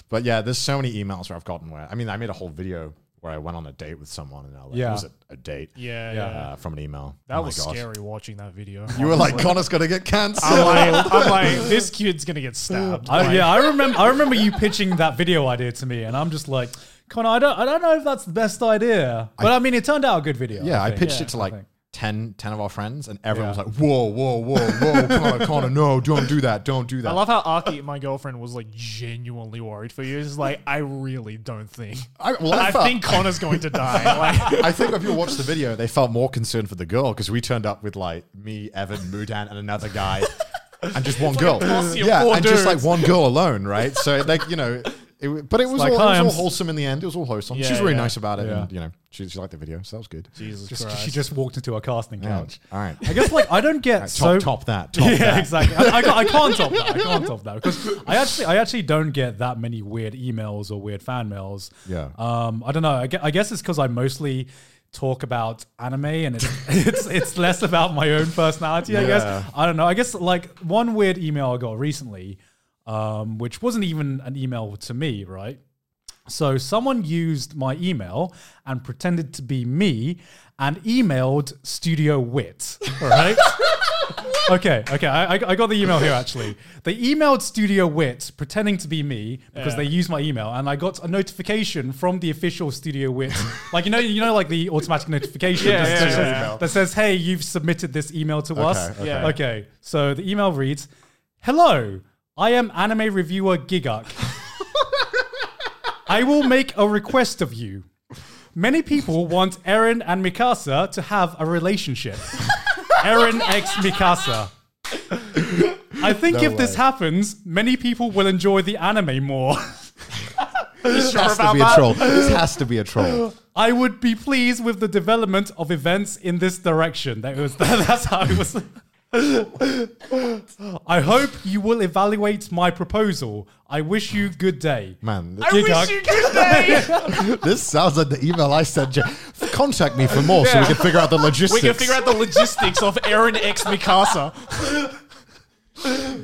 but yeah, there's so many emails where I've gotten where, I mean, I made a whole video where I went on a date with someone and I like,
Yeah.
it was a, a date.
Yeah,
Uh,
yeah.
from an email.
That
Oh my
was
gosh.
scary watching that video.
You were like, Connor's going to get cancer.
I'm like, I'm like, this kid's gonna get stabbed.
I,
Like,
yeah, I remember. I remember you pitching that video idea to me, and I'm just like, Connor, I don't, I don't know if that's the best idea, but I, mean, it turned out a good video.
Yeah, I,
think.
pitched it to like
think.
10, 10 of our friends, and everyone
Yeah.
was like, whoa, whoa, whoa, whoa, Connor, Connor, no, don't do that, don't do that.
I love how Aki, my girlfriend, was like genuinely worried for you. She's like, I really don't think.
I- well, I
I
felt-
think Connor's going to die. Like,
I think if you watched the video, they felt more concerned for the girl because we turned up with like me, Evan, Mudan, and another guy, and just one girl.
posse of
yeah,
four
and just like
dudes.
one girl alone, right? So like you know, it, w- but it was,
like,
all,
"Hi,
it
I'm
was
s-
all wholesome in the end. It was all wholesome.
Yeah,
She's really
yeah.
nice about it, and
Yeah.
you know, she, she liked the video, so that was good.
Jesus
Just-
Christ.
she just walked into a casting
Yeah.
couch.
All right,
I guess like I don't get
top,
so
top that. Top
yeah,
that.
exactly. I, I can't, I can't top that. I can't top that because I actually, I actually don't get that many weird emails or weird fan mails.
Yeah.
Um, I don't know. I gue- I guess it's because I mostly talk about anime and it's it's it's less about my own personality. I
Yeah.
guess I don't know. I guess like one weird email I got recently, um, which wasn't even an email to me, right? So someone used my email and pretended to be me and emailed Studio Wit, right? okay, okay. I, I I got the email here actually. They emailed Studio Wit pretending to be me because they used my email, and I got a notification from the official Studio Wit, like you know, you know, like the automatic notification
Yeah,
that,
yeah,
says,
yeah.
that says, "Hey, you've submitted this email to us."
okay.
Yeah.
Okay. So the email reads, "Hello, I am anime reviewer Giguk. I will make a request of you." Many people want Eren and Mikasa to have a relationship. Eren X Mikasa. I think if this
way.
happens, many people will enjoy the anime more.
This has to be a troll. This has to be a troll.
I would be pleased with the development of events in this direction. That was that's how it was. I hope you will evaluate my proposal. I wish you good day.
Man,
I wish you good day.
this sounds like the email I sent you. Contact me for more so we can figure out the logistics.
we can figure out the logistics of Aaron X Mikasa.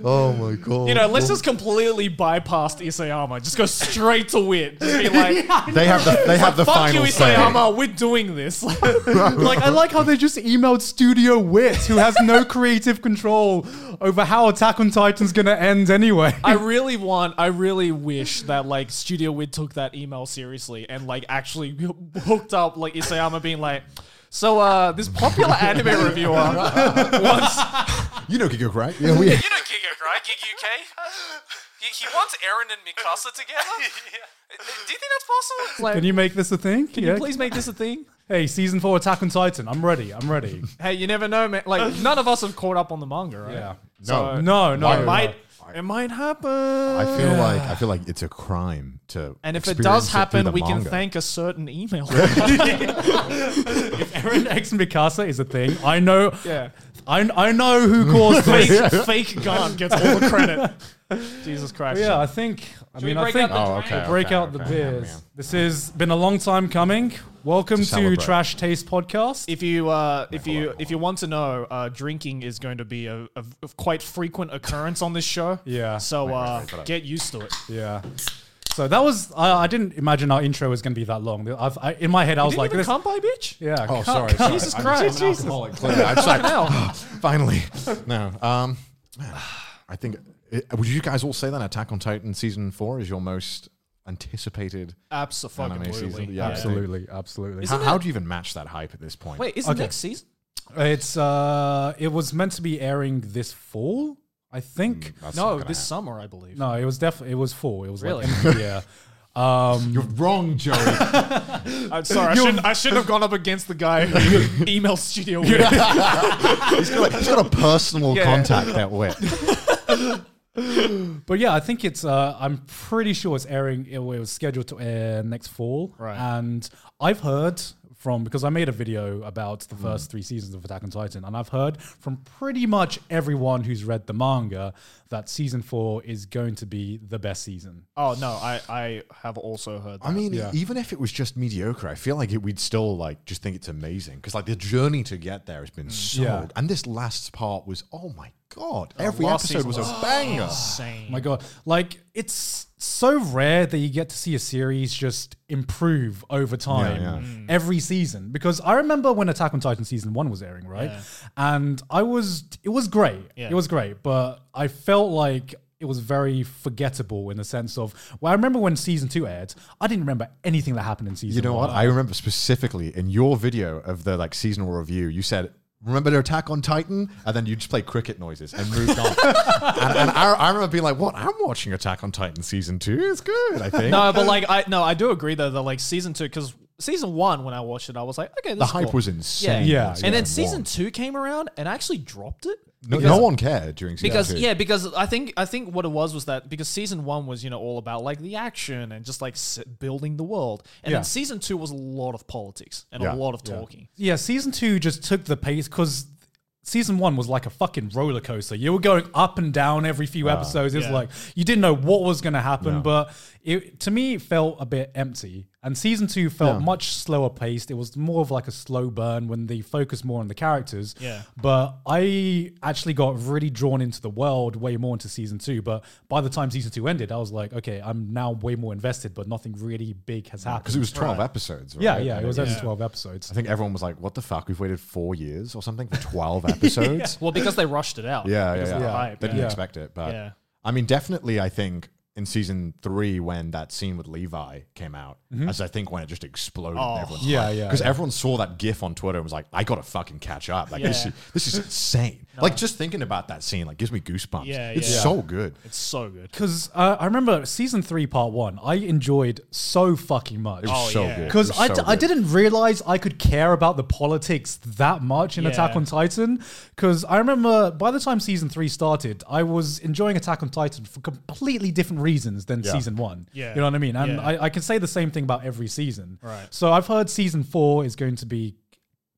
Oh my god!
You know, let's just completely bypass Isayama. Just go straight to Wit. Just be like,
they have the they have the
fuck you,
final say.
Isayama. We're doing this.
like I like how they just emailed Studio Wit, who has no creative control over how Attack on Titan's gonna end anyway.
I really want, I really wish that like Studio Wid took that email seriously and like actually hooked up like Isayama being like, so uh this popular anime reviewer wants
You know Giggle, right? Yeah, we,
You know Gig UK, right? Gig UK? He, he wants Aaron and Mikasa together? Do you think that's possible? It's like,
Can you make this a thing? Can
you please make this a thing.
Hey, season four Attack on Titan. I'm ready. I'm ready.
Hey, you never know, man. Like none of us have caught up on the manga, right?
Yeah.
no,
No, no.
It might it might happen.
I feel like I feel like it's a crime to.
and if it
experience
does
through the
happen, we can
manga.
thank a certain email.
Aaron X Mikasa is a thing. I know.
yeah.
I, I know who caused this.
Fake, fake gun gets all the credit. Jesus Christ.
yeah, I think. I mean, I
break
think.
out
Oh, okay. okay,
break out the
okay.
beers. This has been a long time coming. Welcome to,
celebrate.
Trash Taste Podcast.
If you uh, if you if you want to know, uh, drinking is going to be a, a, a quite frequent occurrence on this show.
Yeah.
So uh,
wait, wait.
get used to it.
yeah. So that was. I, I didn't imagine our intro was going to be that long. I've, I, in my head, I was
Didn't
like,
even
this.
come by, bitch.
yeah.
Oh,
cut-
sorry. sorry.
Jesus
I'm-
Christ.
I'm an
Jesus.
alcoholic, clearly. I just like,
hell.
finally. No. Um, man, I think. It, would you guys all say that Attack on Titan season four is your most anticipated? Anime
Absolutely.
season, yeah.
Absolutely. Absolutely.
How, how do you even match that hype at this point?
Wait, is
Okay.
next season?
It's. uh It was meant to be airing this fall, I think.
That's not
No,
gonna
this
happen.
summer, I believe.
no, it was definitely. It was fall. It was
Really?
Like, yeah. Um,
You're wrong, Joey.
I'm sorry, I shouldn't, I shouldn't have gone up against the guy who emailed Studio Weird.
He's got a personal
Yeah.
contact that way.
But yeah, I think it's. Uh, I'm pretty sure it's airing. It was scheduled to air next fall.
Right.
And I've heard from because I made a video about the first three seasons of Attack on Titan, and I've heard from pretty much everyone who's read the manga that season four is going to be the best season.
Oh no, I I have also heard. That.
I mean, e- even if it was just mediocre, I feel like it, we'd still like just think it's amazing because like the journey to get there has been
Mm.
so.
Yeah.
And this last part was oh my god! Every
last
episode
season
was a
was
banger.
insane.
My God, like it's so rare that you get to see a series just improve over time Mm.
yeah.
every season. Because I remember when Attack on Titan season one was airing, right? And I was, it was great. It was great, but I felt like it was very forgettable in the sense of, well, I remember when season two aired, I didn't remember anything that happened in season.
You know what?
one.
I remember specifically in your video of the like seasonal review, you said, Remember their attack on Titan? And then you just play cricket noises and moved on. and and I, I remember being like, What? I'm watching Attack on Titan season two. It's good, I think.
No, but like I no, I do agree though that like season two because season one when I watched it, I was like, okay, this
the
is
hype
cool.
was insane.
Yeah,
in
and then
season
season
one.
two came around and I actually dropped it.
No, no one cared during season
because
two.
yeah, because I think I think what it was was that because season one was you know all about like the action and just like s- building the world, and
Yeah.
then season two was a lot of politics and
Yeah.
a lot of talking.
yeah, season two just took the pace because season one was like a fucking roller coaster. You were going up and down every few episodes. It was
yeah.
like you didn't know what was going to happen, but it to me it felt a bit empty. And season two felt much slower paced. It was more of like a slow burn when they focused more on the characters.
Yeah.
But I actually got really drawn into the world way more into season two. But by the time season two ended, I was like, okay, I'm now way more invested, but nothing really big has happened.
Because it was 12 episodes. Right?
yeah, yeah, it was
And
only twelve episodes.
I think everyone was like, What the fuck? We've waited four years or something for 12 episodes.
Well, because they rushed it out.
Yeah, yeah,
Because
yeah.
of the hype,
They didn't
yeah.
expect it, but
Yeah.
I mean, definitely, I think in season three when that scene with Levi came out, as I think when it just exploded.
Yeah, yeah,
Because
yeah.
everyone saw that GIF on Twitter and was like, "I gotta fucking catch up." Like this,
Yeah.
is, this is insane. Like just thinking about that scene, like gives me goosebumps.
Yeah,
it's
yeah.
so good.
It's so good.
Because uh, I remember season three, part one, I enjoyed so fucking much.
It was so
Oh, yeah.
good.
Because
It was so
I, d- I
good.
didn't realize I could care about the politics that much in Attack
Yeah.
on Titan. Because I remember by the time season three started, I was enjoying Attack on Titan for completely different reasons than season one.
Yeah.
You know what I mean? And
Yeah.
I, I can say the same thing about every season.
Right.
So I've heard season four is going to be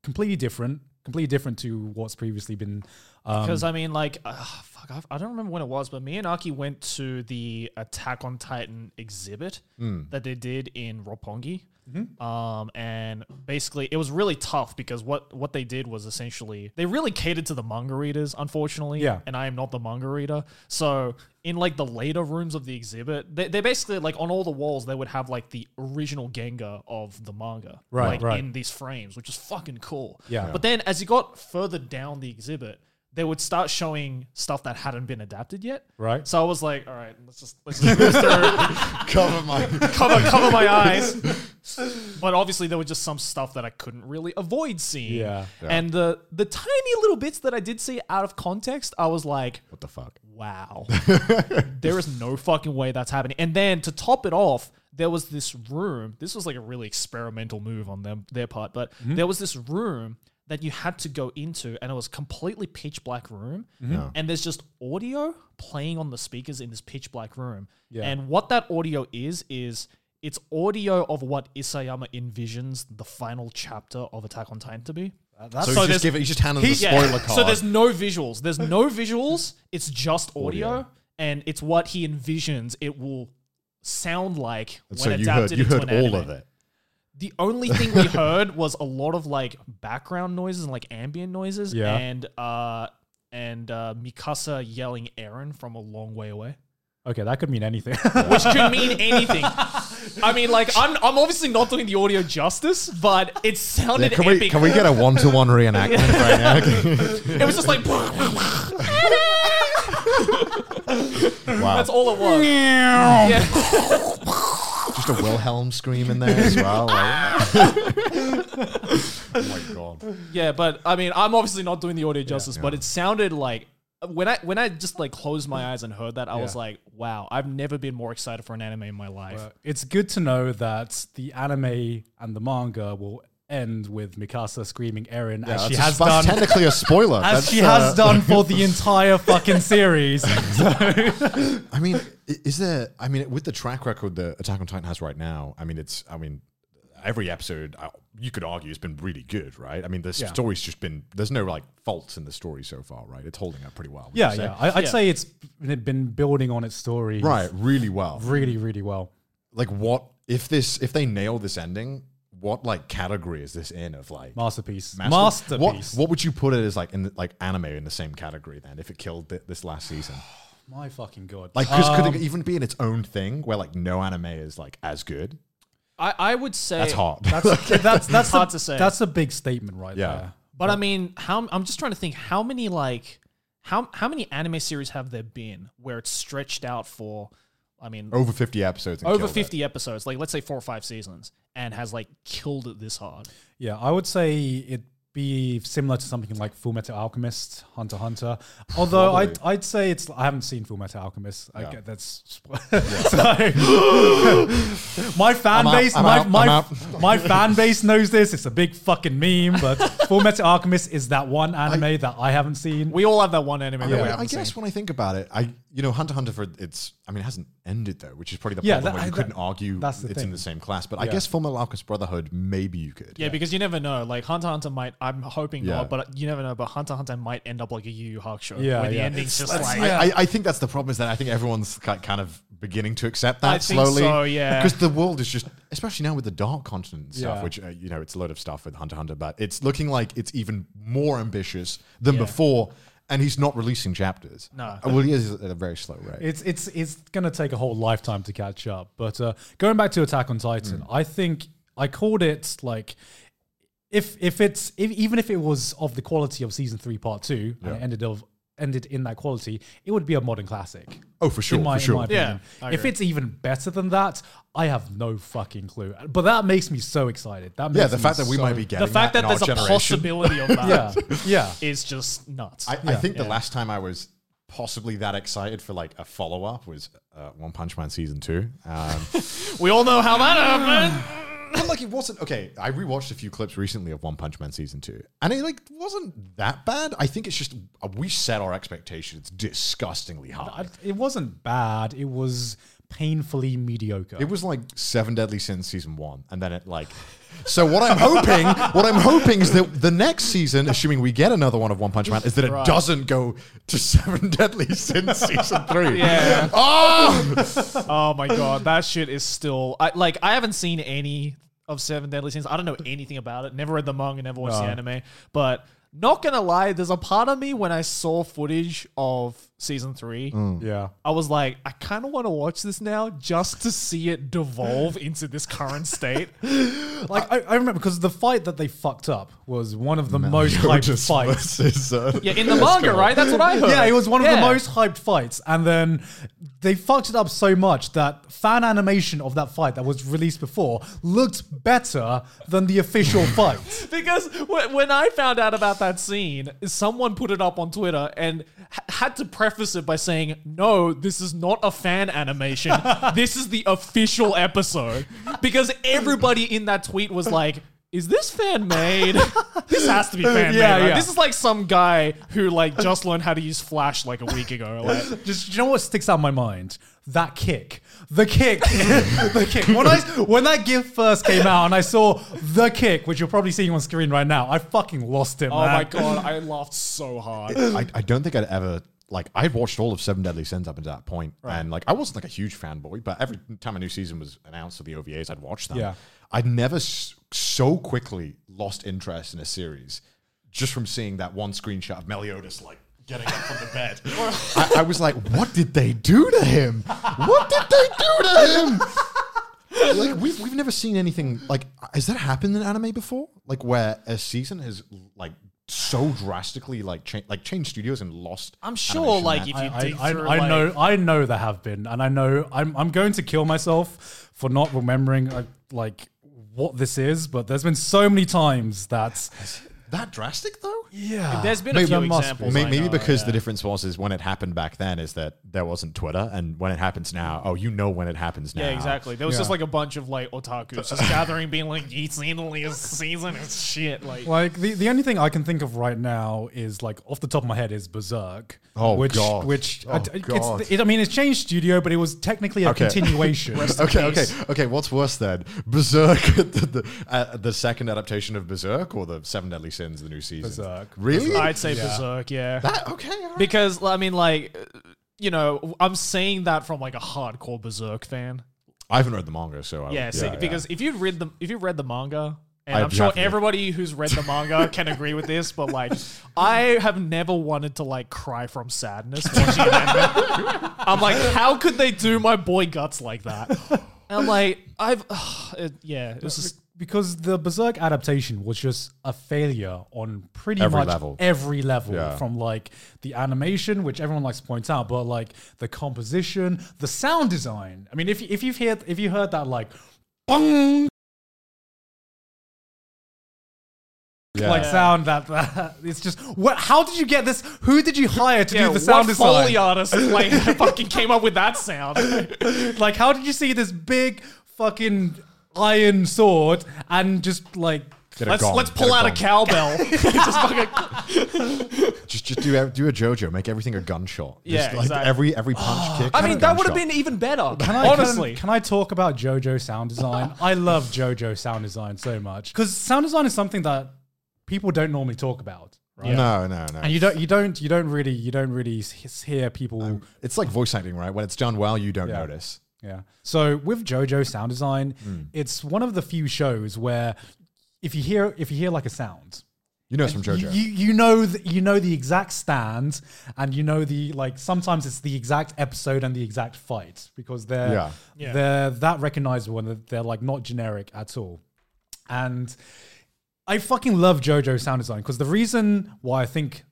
completely different, completely different to what's previously been. Um,
Because I mean, like, uh, fuck, I've, I don't remember when it was, but me and Aki went to the Attack on Titan exhibit
Hmm.
that they did in Roppongi, um, and basically it was really tough because what what they did was essentially they really catered to the manga readers, unfortunately.
Yeah.
and I am not the manga reader, so in like the later rooms of the exhibit, they, they basically like on all the walls they would have like the original Gengar of the manga,
Right,
like,
right.
in these frames, which is fucking cool.
Yeah.
But then as you got further down the exhibit, they would start showing stuff that hadn't been adapted yet.
Right.
So I was like, all right, let's just let's just move through,
cover my.
cover cover my eyes. But obviously there were just some stuff that I couldn't really avoid seeing.
Yeah.
And the the tiny little bits that I did see out of context, I was like,
what the fuck?
wow. there is no fucking way that's happening. And then to top it off, there was this room. This was like a really experimental move on them their part, but
Mm-hmm.
there was this room that you had to go into and it was completely pitch black room
Mm-hmm.
and there's just audio playing on the speakers in this pitch black room. And what that audio is is it's audio of what Isayama envisions the final chapter of Attack on Titan to be.
So,
so
you
there's-
just give it. You just hand them the
He-
spoiler
yeah.
card.
So there's no visuals. There's no visuals. It's just audio, and it's what he envisions it will sound like when
so you heard
adapted
you
into
heard
an
all
anime.
of it.
The only thing we heard was a lot of like background noises and like ambient noises,
Yeah.
and uh, and uh, Mikasa yelling Aaron from a long way away
okay, that could mean anything.
which could mean anything. I mean, like, I'm, I'm obviously not doing the audio justice, but it
Yeah,
sounded
can
epic.
we can we get a one to one reenactment right now?
it was just like,
wow,
that's all it was. Yeah.
just a Wilhelm scream in there as well. like- oh my god!
yeah, but I mean, I'm obviously not doing the audio justice, but it sounded like when I when I just like closed my eyes and heard that, I was
Yeah.
like, wow, I've never been more excited for an anime in my life.
It's good to know that the anime and the manga will end with Mikasa screaming Aaron
Yeah,
as she
that's a-
has
that's
done
technically a spoiler.
as
That's,
she
uh,
has done for the entire fucking series.
I mean, i- is there? I mean, with the track record that Attack on Titan has right now, I mean, it's. I mean, every episode uh, you could argue has been really good, right? I mean, the
Yeah.
story's just been. There's no like faults in the story so far, right? It's holding up pretty well. would you
yeah,
say?
yeah. I, I'd say it's it been building on its story
Right, really well.
really, really well.
Like, what if this? If they nail this ending, what like category is this in of like?
Masterpiece.
master-
Masterpiece.
What, what would you put it as like in the, like anime in the same category then if it killed thi- this last season?
My fucking god.
Like, 'cause
Um,
could it even be in its own thing where like no anime is like as good?
I, I would say
That's hard.
that's that's that's
hard
a,
to say.
Um, That's a big statement right
Yeah.
there.
But I mean, how I'm just trying to think how many like how how many anime series have there been where it's stretched out for I mean
over 50 episodes and
over
Oh, killed it.
50 episodes, like let's say 4 or 5 seasons and has like killed it this hard.
Yeah, I would say it'd be similar to something like Full Metal Alchemist, Hunter x Hunter. Although I'd, I'd say it's I haven't seen Full Metal Alchemist. I get that's So- my fan
I'm out,
base,
I'm
my
out,
my,
I'm out.
my fan base knows this. It's a big fucking meme. But Full Metal Alchemist is that one anime that I haven't seen.
We all have that one anime that we
Yeah, I
haven't
guess
seen.
when I think about it, I you know Hunter x Hunter for it's I mean it hasn't ended though, which is probably the
Yeah,
problem
that-
where you
I-
couldn't
that-
argue
that's the
it's in
thing.
the same class. But I
Yeah.
guess Fullmetal Alchemist Brotherhood, maybe you could.
Yeah, because you never know. Like Hunter x Hunter might. I'm hoping
Yeah.
not, but you never know. But Hunter x Hunter might end up like a Yu Yu Hakusho,
Yeah,
where the
yeah.
ending's just like
I, I, I think that's the problem is that I think everyone's ki- kind of beginning to accept that
I think
slowly.
so, yeah.
Because the world is just, especially now with the dark continent and stuff,
Yeah.
which, uh, you know, it's a load of stuff with Hunter x Hunter, but it's looking like it's even more ambitious than before. And he's not releasing chapters. No. Well, he is at a very slow rate.
It's it's it's gonna take a whole lifetime to catch up. But uh, going back to Attack on Titan,
Mm.
I think I called it like if if it's if, even if it was of the quality of season three part two and it ended of ended in that quality, it would be a modern classic.
oh, for sure.
in my,
for sure.
in my opinion.
Yeah, I
if
agree.
it's even better than that, I have no fucking clue. But that makes me so excited. That makes
Yeah, the
me
fact that we
so-
might be getting
the fact that,
in
there's
our
a
generation.
possibility of that
yeah
is
yeah
just nuts.
I, I think the last time I was possibly that excited for like a follow up was uh, One Punch Man season two. Um,
we all know how that happened.
but like it wasn't okay. I rewatched a few clips recently of One Punch Man season two, and it like wasn't that bad. I think it's just uh, we set our expectations disgustingly high.
I- it wasn't bad. It was painfully mediocre.
It was like Seven Deadly Sins season one, and then it like. So what I'm hoping, what I'm hoping is that the next season, assuming we get another one of One Punch Man, is that it doesn't go to Seven Deadly Sins season three.
Yeah.
Oh,
Oh my god, that shit is still. I like. I haven't seen any of Seven Deadly Sins. I don't know anything about it. Never read the manga. Never watched the anime. But not gonna lie, there's a part of me when I saw footage of season three.
yeah.
I was like, I kind of want to watch this now just to see it devolve into this current state.
Like I, I remember because the fight that they fucked up was one of the most hyped fights.
versus, uh,
Yeah, in the manga, right? That's what I heard.
Yeah, it was one of
Yeah.
the most hyped fights, and then they fucked it up so much that fan animation of that fight that was released before looked better than the official fight.
Because wh- when I found out about that scene, someone put it up on Twitter and h- had to preface it by saying, No, this is not a fan animation. this is the official episode. Because everybody in that tweet was like, Is this fan made? this has to be fan
Yeah,
made. right?
yeah.
This is like some guy who like just learned how to use Flash like a week ago. Like,
Just you know what sticks out in my mind? That kick. The kick. the kick. When I when that gif first came out and I saw the kick, which you're probably seeing on screen right now, I fucking lost it,
oh
man.
my god, I laughed so hard.
I, I don't think I'd ever like I'd watched all of Seven Deadly Sins up until that point, and like I wasn't like a huge fanboy, but every time a new season was announced or the OVAs, I'd watch them.
Yeah.
I'd never s- so quickly lost interest in a series just from seeing that one screenshot of Meliodas like getting up from the bed. I, I was like, what did they do to him? What did they do to him? like we've, we've never seen anything like has that happened in anime before like where a season has like so drastically like cha- like changed studios and lost
I'm sure,
animation
like,
that-
if you
I,
dig
I,
through,
I, I
like-
know I know there have been, and I know I'm I'm going to kill myself for not remembering uh, like what this is. But there's been so many times that
that drastic though
Yeah. There's been a
Maybe-
few
there must
examples. uh,
May-
I
maybe
know,
because
yeah.
the difference was is when it happened back then is that there wasn't Twitter, and when it happens now, oh, you know when it happens now.
Yeah, exactly. There was just
Yeah.
like a bunch of like otakus just gathering, being like, "You seen the latest season? It's shit." Like,
Like the, the only thing I can think of right now is like off the top of my head is Berserk.
Oh,
which,
God.
Which
Oh,
I d-
God.
It's, it, I mean, it's changed studio, but it was technically a
Okay.
continuation.
Okay, okay, okay. What's worse then, Berserk, the the, uh, the second adaptation of Berserk, or the Seven Deadly Sins, the new season?
Berserk.
Really?
I'd say berserk. Yeah.
that, okay. all right.
because I mean, like, uh, you know, I'm saying that from like a hardcore berserk fan.
I haven't read the manga, so I
Yeah, see, because if you'd read the if you read the manga, and
I
I'm sure
definitely-
everybody who's read the manga can agree with this, but like, I have never wanted to like cry from sadness watching an anime. I'm like, how could they do my boy guts like that? And I'm like, I've, it- yeah, it was just
because the Berserk adaptation was just a failure on pretty
Every
much
level.
every level
Yeah.
from like the animation, which everyone likes to point out, but like the composition, the sound design. I mean, if if you've heard if you heard that like bong
yeah.
like sound that, that it's just what how did you get this? Who did you hire to
yeah,
do the
what
sound design?
Foley artist like fucking came up with that sound?
like how did you see this big fucking iron sword and just like
Get a
Let's
gong,
let's
get
pull out a
gong.
cowbell. Just fucking-
Just just do a- do a JoJo, make everything a gunshot. Just,
Yeah,
like
exactly.
every every punch kick.
I
had a
mean, that would have
gunshot.
been even better.
Can I-
honestly,
can, can I talk about JoJo sound design? I love JoJo sound design so much because sound design is something that people don't normally talk about, right?
No, no, no.
And you don't, you don't, you don't really, you don't really s- hear people.
It's like voice acting, right? When it's done well, you don't notice.
yeah. So with JoJo sound design, it's one of the few shows where if you hear, if you hear like a sound,
You know it's from
you,
JoJo.
you you know th- you know the exact stand and you know the like sometimes it's the exact episode and the exact fight because they're
Yeah.
Yeah.
they're that recognizable and they're, they're like not generic at all and i fucking love jojo sound design because the reason why i think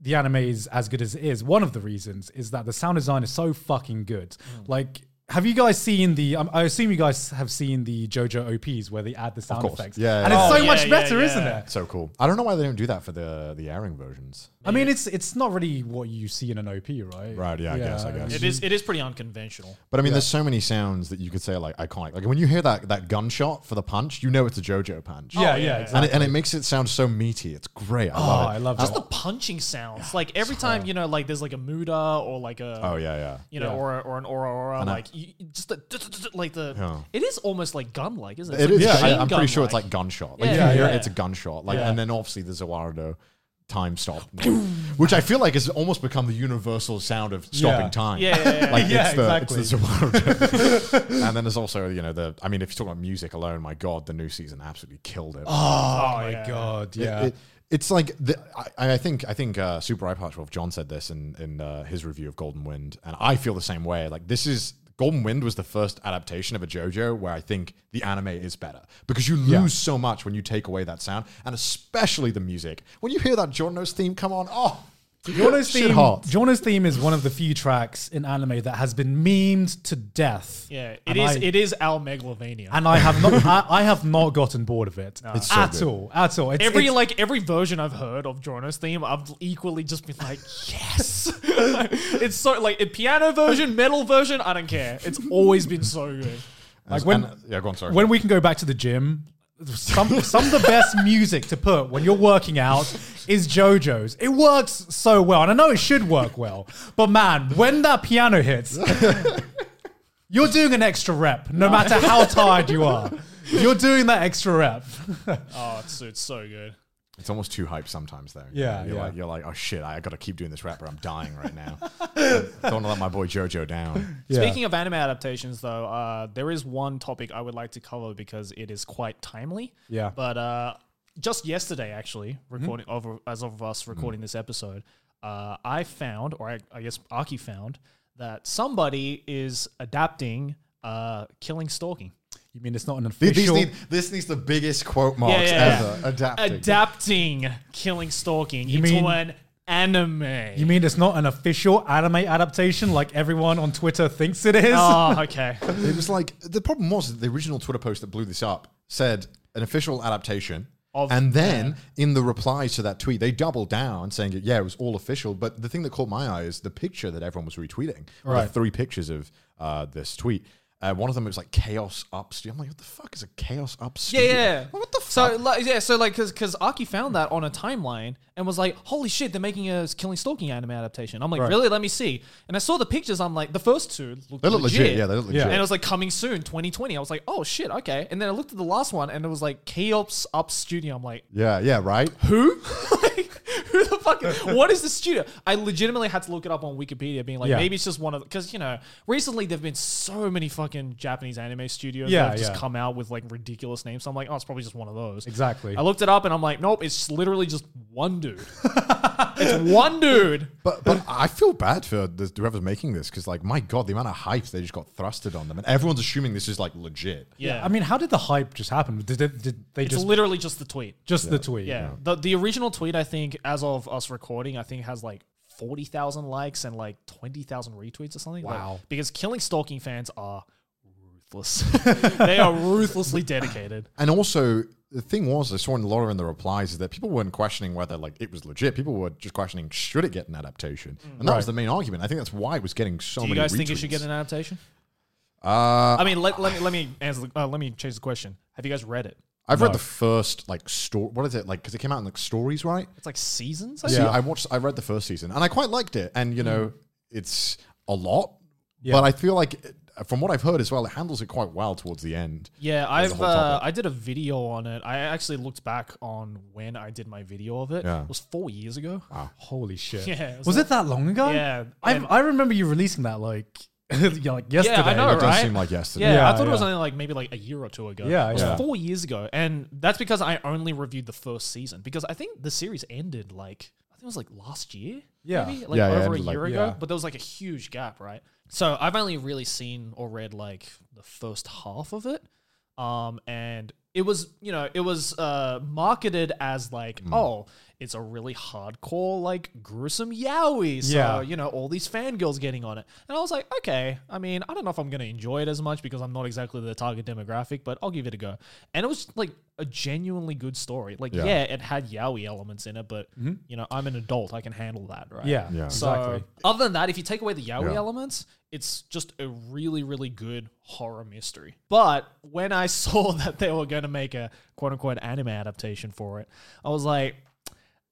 the anime is as good as it is one of the reasons is that the sound design is so fucking good
Mm.
like have you guys seen the? Um, I assume you guys have seen the JoJo OPs where they add the sound
course.
effects.
Yeah, yeah,
and
yeah.
it's
Oh,
so
yeah,
much
yeah,
better,
yeah.
isn't it?
so cool. I don't know why they don't do that for the the airing versions.
I mean, it's it's not really what you see in an OP, right?
Right, yeah, I guess, I guess.
it is it is pretty unconventional.
But I mean, there's so many sounds that you could say are, like iconic. Like when you hear that that gunshot for the punch, you know it's a JoJo punch.
Yeah, yeah,
oh, yeah,
exactly.
And it, and it makes it sound so meaty. It's great. I love
Oh,
it.
I love
Just
that.
the punching sounds. Like every time you know, like there's like a muda or like a
Oh yeah, yeah.
you know,
Yeah.
or or an aura aura.
know.
Like you, just the d- d- d- d- like the.
Yeah.
It is almost like gun like, isn't it?
It
It's
is.
like
I,
machine
I'm pretty sure it's
gun-like.
like gunshot. Like
Yeah,
you can hear
yeah.
it, it's a gunshot. Like
Yeah.
and then obviously the Zawardo time stop, which I feel like has almost become the universal sound of stopping
Yeah.
time.
Yeah, yeah, yeah,
like
yeah.
it's the
Yeah,
it's the Zawardo. and then there's also you know the I mean if you talk about music alone, my god, the new season absolutely killed it.
oh my god,
It-
yeah.
it- it's like the, I, I think I think uh, Super Eye Patch Wolf John said this in in uh, his review of Golden Wind, and I feel the same way. Like this is Golden Wind was the first adaptation of a JoJo where I think the anime is better because you lose so much when you take away that sound, and especially the music. When you hear that Giorno's theme come on, oh,
Jono's
shit
theme,
hot.
Jono's theme is one of the few tracks in anime that has been memed to death.
Yeah, it
And
is.
I-
it is Al Megalovania.
and I have not, I, I have not gotten bored of it
It's so
at
good.
all, at all. It's,
every
it's-
like every version I've heard of Jorno's theme, I've equally just been like, yes. it's so like a piano version, metal version. I don't care. It's always been so good.
like when-
And- yeah, go on, sorry.
when we can go back to the gym. Some some of the best music to put when you're working out is JoJo's. It works so well, and I know it should work well. But man, when that piano hits, you're doing an extra rep, no matter how tired you are. You're doing that extra rep.
Oh, it's, it's so good.
it's almost too hype sometimes, though.
Yeah,
you're
yeah.
like you're like, oh shit, I got to keep doing this rap, or I'm dying right now. Don't wanna let my boy JoJo down.
Speaking of anime adaptations, though, uh, there is one topic I would like to cover because it is quite timely.
Yeah. Mm-hmm.
But uh, just yesterday, actually, recording over as of
Mm.
us recording this episode, uh, I found, or I, I guess Aki found, that somebody is adapting uh, Killing Stalking.
You mean it's not an
These- these
official?
need- this needs the biggest quote marks ever. Adapting.
Adapting Killing Stalking into
mean-
an anime.
you mean it's not an official anime adaptation like everyone on Twitter thinks it is?
oh, okay.
It was like the problem was that the original Twitter post that blew this up said an official adaptation,
Of-
and then in the replies to that tweet, they doubled down saying, yeah, it was all official. But the thing that caught my eye is the picture that everyone was retweeting. Right.
Right.
three pictures of uh, this tweet. Uh, one of them was like chaos up studio. I'm like, what the fuck is a chaos up
Yeah,
studio?
yeah, yeah.
What the fuck?
So, like, yeah, so like, cause, cause Aki found that on a timeline and was like, "Holy shit, they're making a killing stalking anime adaptation." I'm like, "Really? Let me see." And I saw the pictures. I'm like, the first two looked
They look
legit.
legit, yeah, they look legit.
And it was like coming soon, 2020. I was like, "Oh shit, okay." And then I looked at the last one and it was like Keops Up Studio. I'm like,
yeah, yeah, right?
who? like, who the fuck? What is the studio? I legitimately had to look it up on Wikipedia, being like,
Yeah.
maybe it's just one of because you know recently there've been so many fucking Japanese anime studios
Yeah,
that have just
yeah.
come out with like ridiculous names. So I'm like, oh, it's probably just one of those.
Exactly.
I looked it up and I'm like, nope, it's literally just one dude. it's one dude.
But but I feel bad for the, whoever's making this because like my god, the amount of hype they just got thrusted on them, and everyone's assuming this is like legit.
Yeah,
I mean, how did the hype just happen? Did, they- did they
it's
just
literally just the tweet.
just the tweet?
Yeah. The the original tweet I think as of us recording, I think has like 40,000 likes and like 20,000 retweets or something. Like,
Wow.
because killing stalking fans are ruthless. they are ruthlessly dedicated.
And also the thing was, I saw in a lot of in the replies is that people weren't questioning whether like it was legit. People were just questioning should it get an adaptation, and that was the main argument. I think that's why it was getting so
Mm. Do
many.
you guys
retweets.
think it should get an adaptation?
Uh,
I mean, let, let me let me answer the, uh, let me change the question. Have you guys read it?
I've read the first like story. What is it like? Because it came out in like stories, right?
It's like seasons, I
Yeah. See,
think?
I watched. I read the first season, and I quite liked it. And you
Mm.
know, it's a lot, but I feel like. It, from what I've heard as well, it handles it quite well towards the end.
Yeah,
As a
I've
whole
uh,
topic.
I did a video on it. I actually looked back on when I did my video of it.
Yeah.
It was 4 years ago.
Ah, Holy shit.
Yeah, it was
was it that long ago?
Yeah,
I
and-
I remember you releasing that like yeah, like yesterday.
Yeah, I know,
It does
right?
seem like yesterday.
Yeah, I
Yeah,
thought it was
yeah.
only like maybe like a year or two ago.
Yeah,
it was
yeah.
four years ago, and that's because I only reviewed the first season because I think the series ended like I think it was like last year.
Yeah.
maybe like
Yeah, yeah,
over a
ended, like-
year ago.
yeah.
But there was like a huge gap, right? So I've only really seen or read like the first half of it, um, and it was you know it was uh marketed as like
Mm.
oh it's a really hardcore like gruesome yaoi so
Yeah.
you know, all these fangirls getting on it. And I was like, okay, I mean, I don't know if I'm going to enjoy it as much because I'm not exactly the target demographic, but I'll give it a go. And it was like a genuinely good story. Like, yeah,
Yeah.
it had yaoi elements in it, but, you know, I'm an adult. I can handle that, right?
Yeah,
Yeah.
So,
exactly.
other than that, if you take away the yaoi
Yeah.
elements, it's just a really, really good horror mystery. But when I saw that they were going to make a quote unquote anime adaptation for it, I was like,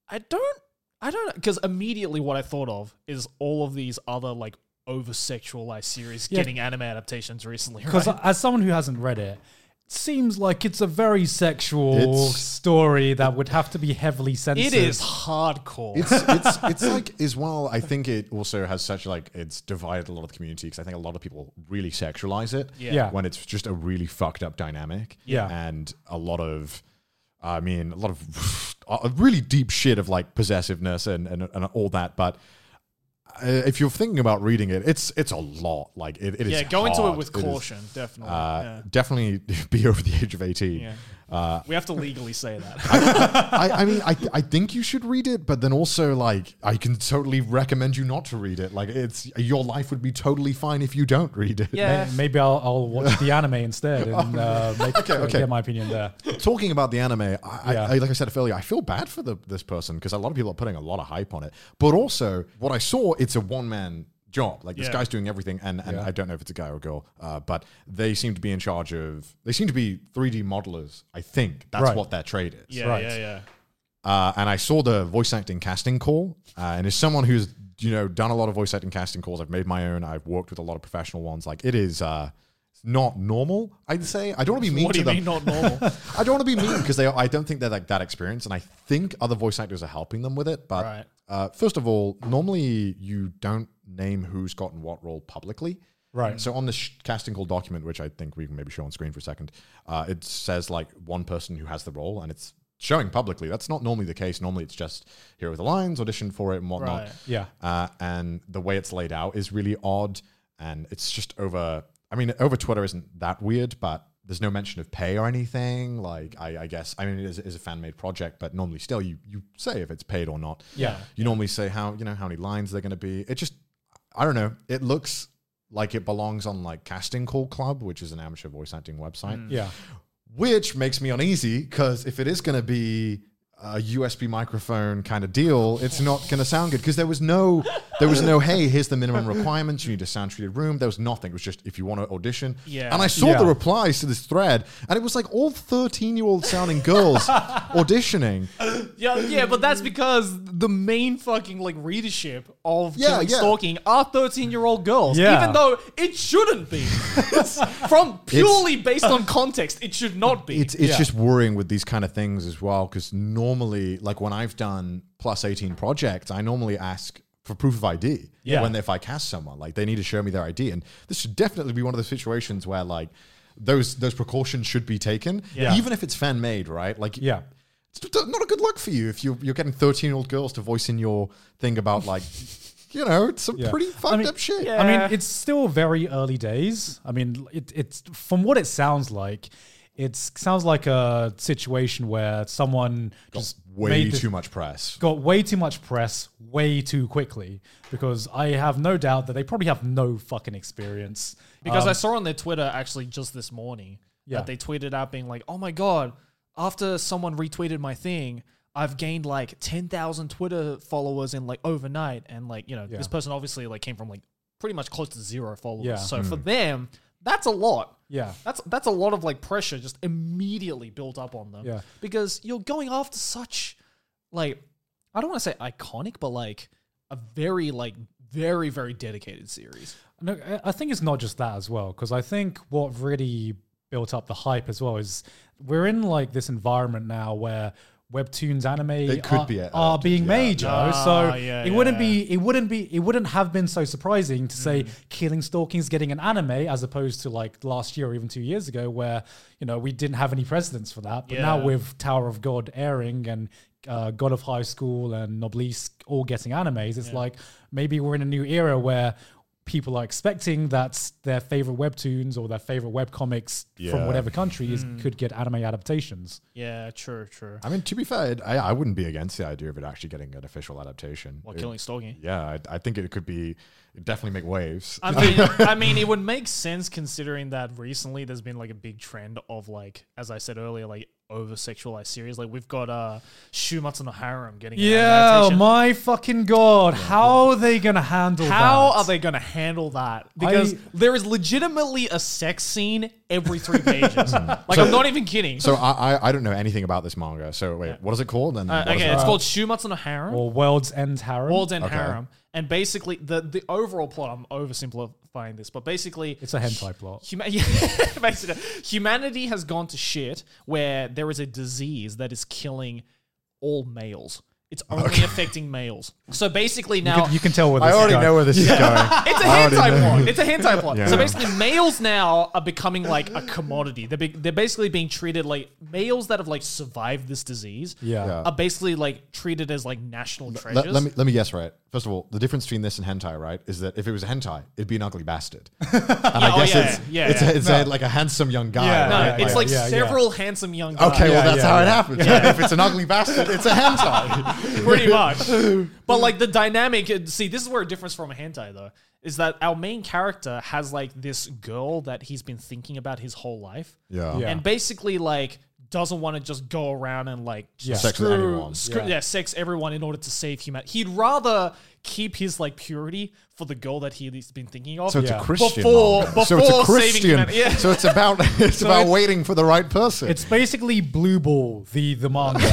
I don't, I don't, because immediately what I thought of is all of these other like over sexualized series getting anime adaptations recently.
Because
right?
as someone who hasn't read it, it seems like it's a very sexual
It's-
story that would have to be heavily censored.
it is hardcore.
it's it's it's like as well. I think it also has such like it's divided a lot of the community because I think a lot of people really sexualize it.
Yeah.
Yeah.
When it's just a really fucked up dynamic.
Yeah.
And a lot of, I mean, a lot of a really deep shit of like possessiveness and and, and all that, but. Uh, if you're thinking about reading it, it's it's a lot. Like it, it is
yeah, go into it
hard.
with
is,
caution, definitely.
uh,
Yeah.
Definitely be over the age of eighteen.
Yeah.
Uh,
We have to legally say that.
I, I mean, I, I think you should read it, but then also, like, I can totally recommend you not to read it. Like, it's your life would be totally fine if you don't read it.
yeah.
Maybe I'll, I'll watch the anime instead and uh, make, uh,
okay.
get my opinion there.
Talking about the anime, I, I-
Yeah.
I, like I said earlier, I feel bad for the, this person because a lot of people are putting a lot of hype on it. But also, what I saw, it's a one man job. Like, this
Yeah.
guy's doing everything, and, and I don't know if it's a guy or a girl, uh, but they seem to be in charge of, they seem to be 3D modelers, I think. That's
Right.
what their trade is.
yeah, yeah, yeah.
uh, and I saw the voice acting casting call. Uh, and as someone who's you know done a lot of voice acting casting calls, I've made my own. I've worked with a lot of professional ones. Like it is uh, not normal. I'd say I don't want to be mean
What do
to them.
you mean not normal?
I don't want to be mean because they. I don't think they're like that experienced, and I think other voice actors are helping them with it. But
Right.
uh, first of all, normally you don't name who's gotten what role publicly.
Right.
So on the sh- casting call document, which I think we can maybe show on screen for a second, uh, it says like one person who has the role, and it's showing publicly. That's not normally the case. Normally it's just here are the lines, audition for it, and whatnot.
Right.
Yeah.
Uh, and the way it's laid out is really odd, and it's just over. I mean, over Twitter isn't that weird, but there's no mention of pay or anything. Like, I, I guess, I mean, it is, it is a fan made project, but normally still you you say if it's paid or not.
Yeah.
You normally say how you know how many lines they're going to be. It just, I don't know. It looks like it belongs on like Casting Call Club, which is an amateur voice acting website
Yeah.
which makes me uneasy because if it is going to be a USB microphone kind of deal, it's not going to sound good because there was no, there was no. Hey, here's the minimum requirements. You need a sound treated room. There was nothing. It was just if you want to audition.
Yeah.
And I saw the
Yeah.
replies to this thread, and it was like all 13 year old sounding girls auditioning.
Yeah, yeah, but that's because the main fucking like readership of
Yeah,
killing
yeah.
stalking are thirteen-year-old girls.
Yeah.
Even though it shouldn't be, from purely based on context, it should not be.
It's it's just worrying with these kind of things as well because normally, like when I've done plus eighteen projects, I normally ask for proof of ID.
Yeah.
When if I cast someone, like they need to show me their ID, and this should definitely be one of the situations where like those those precautions should be taken,
Yeah.
even if it's fan made, right? Like
Yeah.
it's not- not a good look for you if you're you're getting thirteen year old girls to voice in your thing about like. You know, it's some
Yeah.
pretty fucked
I mean,
up shit.
I mean, it's still very early days. I mean, it, it's from what it sounds like, it sounds like a situation where someone just
Way
made
too
this-
much press.
got way too much press way too quickly because I have no doubt that they probably have no fucking experience.
Because I saw on their Twitter actually just this morning
Um, Yeah.
that they tweeted out being like, "Oh my god, after someone retweeted my thing, I've gained like 10,000 Twitter followers in like overnight." And like, you know, this person obviously like came from like pretty much close to zero followers.
Yeah. Hmm.
So for them, that's a lot.
Yeah.
That's that's a lot of like pressure just immediately built up on them.
Yeah.
Because you're going after such like I don't want to say iconic, but like a very like very very dedicated series.
No, I- I think it's not just that as well, because I think what really built up the hype as well is we're in like this environment now where webtoons anime
could
are,
be
are
adapted,
being
yeah.
made, Joe. so
Ah, yeah, Mm.
it wouldn't be it wouldn't be it wouldn't have been so surprising to say Killing Stalking is getting an anime as opposed to like last year or even two years ago where you know we didn't have any precedents for that. But now
Yeah.
with Tower of God airing and uh, God of High School and Noblesse all getting animes, it's like maybe we're in a new era where people are expecting that their favorite webtoons or their favorite web comics
Yeah.
from whatever country
Hmm.
is, could get anime adaptations.
Yeah, true, true.
I mean, to be fair, I, I wouldn't be against the idea of it actually getting an official adaptation.
What
It-
killing stalking?
Yeah, I, I think it could be it'd definitely make waves.
I mean, I mean, it would make sense considering that recently there's been like a big trend of like, as I said earlier, like over sexualized series. Like we've got uh Shumatsu no Harem getting an
Yeah,
adaptation.
my fucking god! How are they gonna handle
How
that?
are they going to handle that? Because there is legitimately a sex scene every three pages. like I'm not even kidding.
Hmm. so I, I I don't know anything about this manga. So wait, what is it called? And
Uh,
what is
okay,
it?
it's called Shumatsu no Harem.
Or World's End Harem.
World's End
Okay.
Harem. And basically, the, the overall plot, I'm oversimplifying this, but basically,
it's a hentai plot.
Huma- yeah, basically, humanity has gone to shit where there is a disease that is killing all males. It's only affecting males. So basically now
you can tell where this
I
is
already
going.
know where this is going.
it's a
already
hentai
know.
plot. It's a hentai plot.
Yeah.
So basically, males now are becoming like a commodity. They're, be- they're basically being treated like males that have like survived this disease.
Yeah.
Yeah.
are basically like treated as like national treasures.
Let, let me let me guess right. First of all, the difference between this and hentai, right, is that if it was a hentai, it'd be an ugly bastard. And
oh,
I guess
yeah,
it's
yeah,
it's,
yeah.
it's a, like a handsome young guy.
Yeah,
no,
right?
yeah,
it's
yeah,
like
yeah, yeah.
several handsome young. guys.
Okay, well
Yeah,
that's
yeah,
how it
yeah.
happens. if it's an ugly bastard, it's a hentai.
pretty much. But like the dynamic, see, this is where it differs from a hentai though, is that our main character has like this girl that he's been thinking about his whole life,
Yeah.
Yeah.
and basically like doesn't want to just go around and like
Yeah.
Sex with anyone.
screw, yeah.
Yeah.
sex everyone in order to save humanity. He'd rather keep his like purity for the girl that he's been thinking of.
So it's
Yeah.
a Christian.
Before-
manga. so it's
before
a
saving
Christian.
humanity. Yeah.
So it's about it's about
it's-
waiting for the right person.
It's basically Blue Ball, the the manga.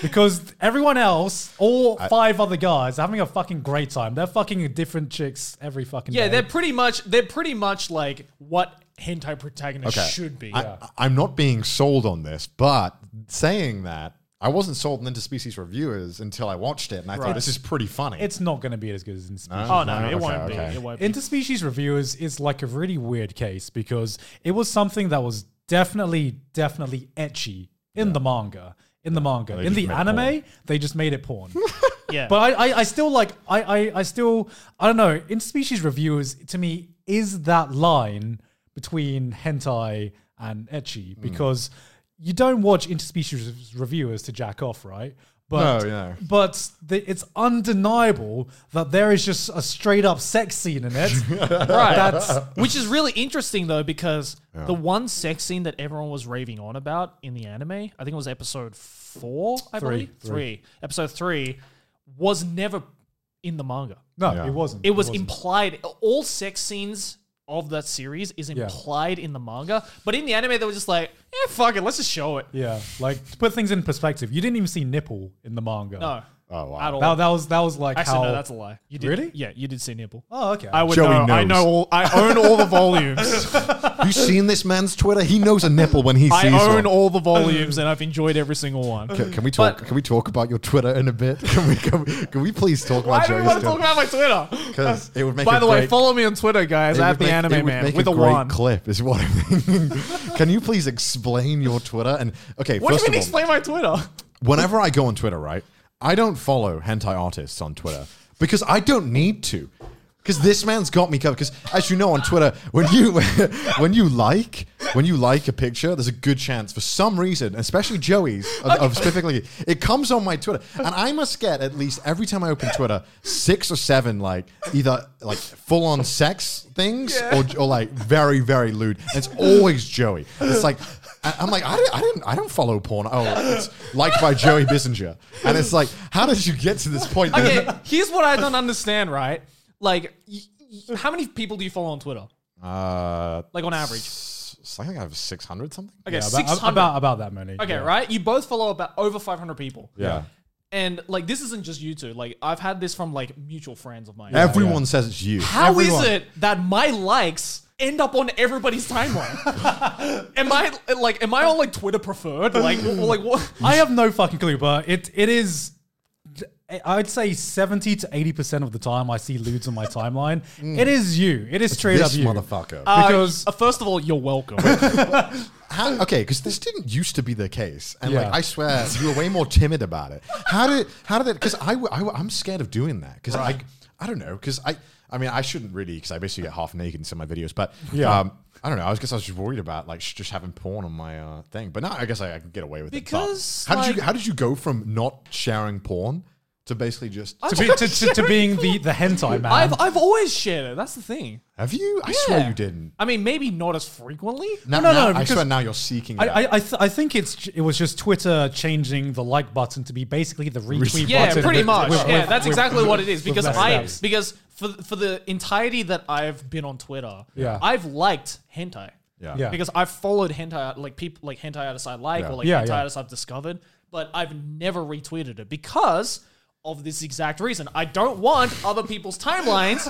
because everyone else, all five other guys, are having a fucking great time. They're fucking different chicks every fucking
yeah,
day.
they're pretty much they're pretty much like what hentai protagonists
Okay.
should be.
I, am not being sold on this, but saying that, I wasn't sold on Interspecies Reviewers until I watched it, and I thought this is pretty funny.
it's not going to be as good as Interspecies.
oh no, it
Okay,
won't
okay.
be. It won't be.
Interspecies reviewers is like a really weird case because it was something that was definitely, definitely etchy in the manga. In the manga, in
just
the
made
anime,
porn.
they just made it porn.
Yeah.
but I, I, I still like, I, I, I still, I don't know. Interspecies reviewers to me is that line between hentai
Mm.
and etchy because you don't watch interspecies reviewers to jack off, right? But,
No, yeah.
but the, it's undeniable that there is just a straight up sex scene in it.
Right.
That's
Which is really interesting though, because the one sex scene that everyone was raving on about in the anime, I think it was episode four, I
Three.
believe.
Three.
Three. Episode three was never in the manga.
no,
Yeah.
it wasn't.
It was
wasn't.
implied all sex scenes of that series is implied in the manga. But in the anime they were just like, yeah, fuck it, let's just show it.
Yeah, like to put things in perspective, you didn't even see nipple in the manga.
No.
Oh, wow.
At all.
that, that was that was like
Actually,
how.
no, that's a lie. You did,
Really?
Yeah, you did see nipple.
oh, okay.
I would
Joey
know. I
knows.
know all. I own all the volumes.
you seen this man's Twitter? He knows a nipple when he
I
sees
own
one.
all the volumes, and I've enjoyed every single one.
Can, can we talk?
But-
can we talk about your Twitter in a bit? Can we? Can we, can we please talk
Why
about
do we
Joey's
want to talk
Twitter?
about my Twitter?
'Cause it would make
By
a
the way,
great-
follow me on Twitter, guys.
it
at
would
the
make- it
Anime
would
Man
make
with a,
great
one.
clip is what I mean. can you please explain your Twitter? And okay,
What do you
first of
mean
all,
explain my Twitter?
whenever I go on Twitter, right, I don't follow hentai artists on Twitter because I don't need to. Because this man's got me covered. Because as you know on Twitter, when you when you like when you like a picture, there's a good chance for some reason, especially Joey's of, of specifically, it comes on my Twitter, and I must get at least every time I open Twitter six or seven like either like full on sex things or, or like very very lewd. And it's always Joey. It's like I- I'm like, I didn't, I didn't, I don't follow porn. Oh, it's liked by Joey Bissinger, and it's like, how did you get to this point?
Okay, here's what I don't understand. Right, like, y- y- how many people do you follow on Twitter?
Uh,
Like on average?
s- I think I have six hundred something.
Okay,
Yeah,
six
about,
hundred.
about about that many.
okay,
yeah.
right. You both follow about over five hundred people.
Yeah.
And like, this isn't just you two. Like, I've had this from like mutual friends of mine.
Everyone says it's you.
How is
Everyone.
it that my likes end up on everybody's timeline? am I like, am I on like Twitter preferred? Like, w- like what?
I have no fucking clue, but it it is. I'd say seventy to eighty percent of the time I see lewds on my timeline. It is you. It is straight
this
up you,
motherfucker.
Because
Mm. Uh, first of all, you're welcome.
How- okay, because this didn't used to be the case, and like
Yeah.
I swear, you were way more timid about it. How did how did that? Because I, w- I w- I'm scared of doing that because I I don't know because I I mean I shouldn't really because I basically get half naked in some of my videos, but yeah. Um, I don't know. I was guess I was just worried about like sh- just having porn on my uh, thing, but now I guess I, I can get away with
Because,
it. But how did you
like-
how did you go from not sharing porn to basically just
to, be, to, to, to being the the hentai man.
I've I've always shared it. That's the thing.
have you? I
Yeah.
swear you didn't.
I mean, maybe not as frequently.
Now, now-
no, no,
I
because
swear now you're seeking.
I,
it.
I, I, th- I think it's it was just Twitter changing the like button to be basically the retweet
Yeah,
button.
pretty
with-
much.
with-
yeah,
with-
that's
with-
exactly what it is.
with
Because
less
I
steps.
because for for the entirety that I've been on Twitter,
Yeah.
I've liked hentai.
yeah.
Yeah.
Because I've followed hentai like people like hentai artists I like
Yeah.
or like
Yeah,
hentai
yeah.
artists I've discovered, but I've never retweeted it because of this exact reason. I don't want other people's timelines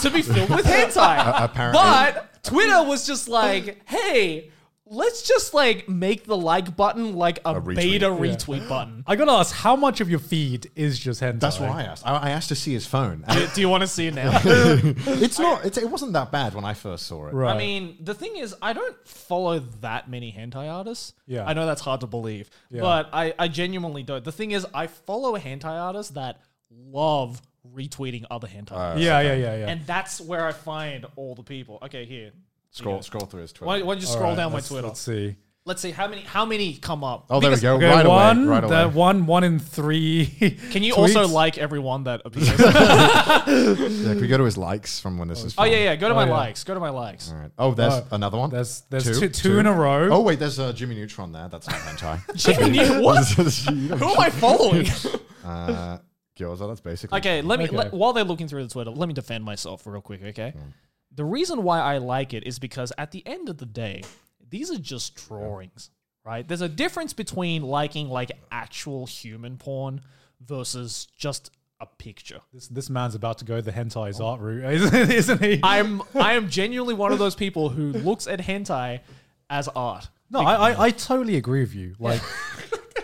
to be filled with hentai.
apparently.
But Twitter was just like, hey, let's just like make the like button like a,
retweet.
beta retweet button.
I gotta ask, how much of your feed is just hentai?
That's what I asked. I, I asked to see his phone. and
Do you want to see it now?
it's not. It's, it wasn't that bad when I first saw it.
Right.
I mean, the thing is, I don't follow that many hentai artists.
Yeah.
I know that's hard to believe, but I, I genuinely don't. The thing is, I follow hentai artists that love retweeting other hentai artists.
yeah, yeah, yeah, yeah.
And that's where I find all the people. Okay, here.
Scroll, scroll through his Twitter.
Why, why don't you
All
scroll
right,
down my
let's-
Twitter?
Let's
Let's,
see.
see how many how many come up.
Oh, there we
Because-
go.
Okay,
right
one,
away. Right away.
the one, one in three.
Can you
tweets.
also like everyone that appears?
Yeah, can we go to his likes from when this is?
oh yeah, yeah. Go to my
yeah.
likes. Go to my likes.
All right. Oh, there's
Oh,
another one.
there's- there's two- two in a row.
Oh wait, there's uh, Jimmy Neutron there. That's not hentai.
Jimmy Neutron- what? Who am I following?
uh, Gyoza. That's basically.
Okay, let me
Okay.
Let, while they're looking through the Twitter, let me defend myself real quick, okay? The reason why I like it is because at the end of the day, these are just drawings, right? There's a difference between liking like actual human porn versus just a picture.
This, this man's about to go the hentai's art route, isn't, isn't he?
I'm I am genuinely one of those people who looks at hentai as art.
no, I, I, I totally agree with you. Like,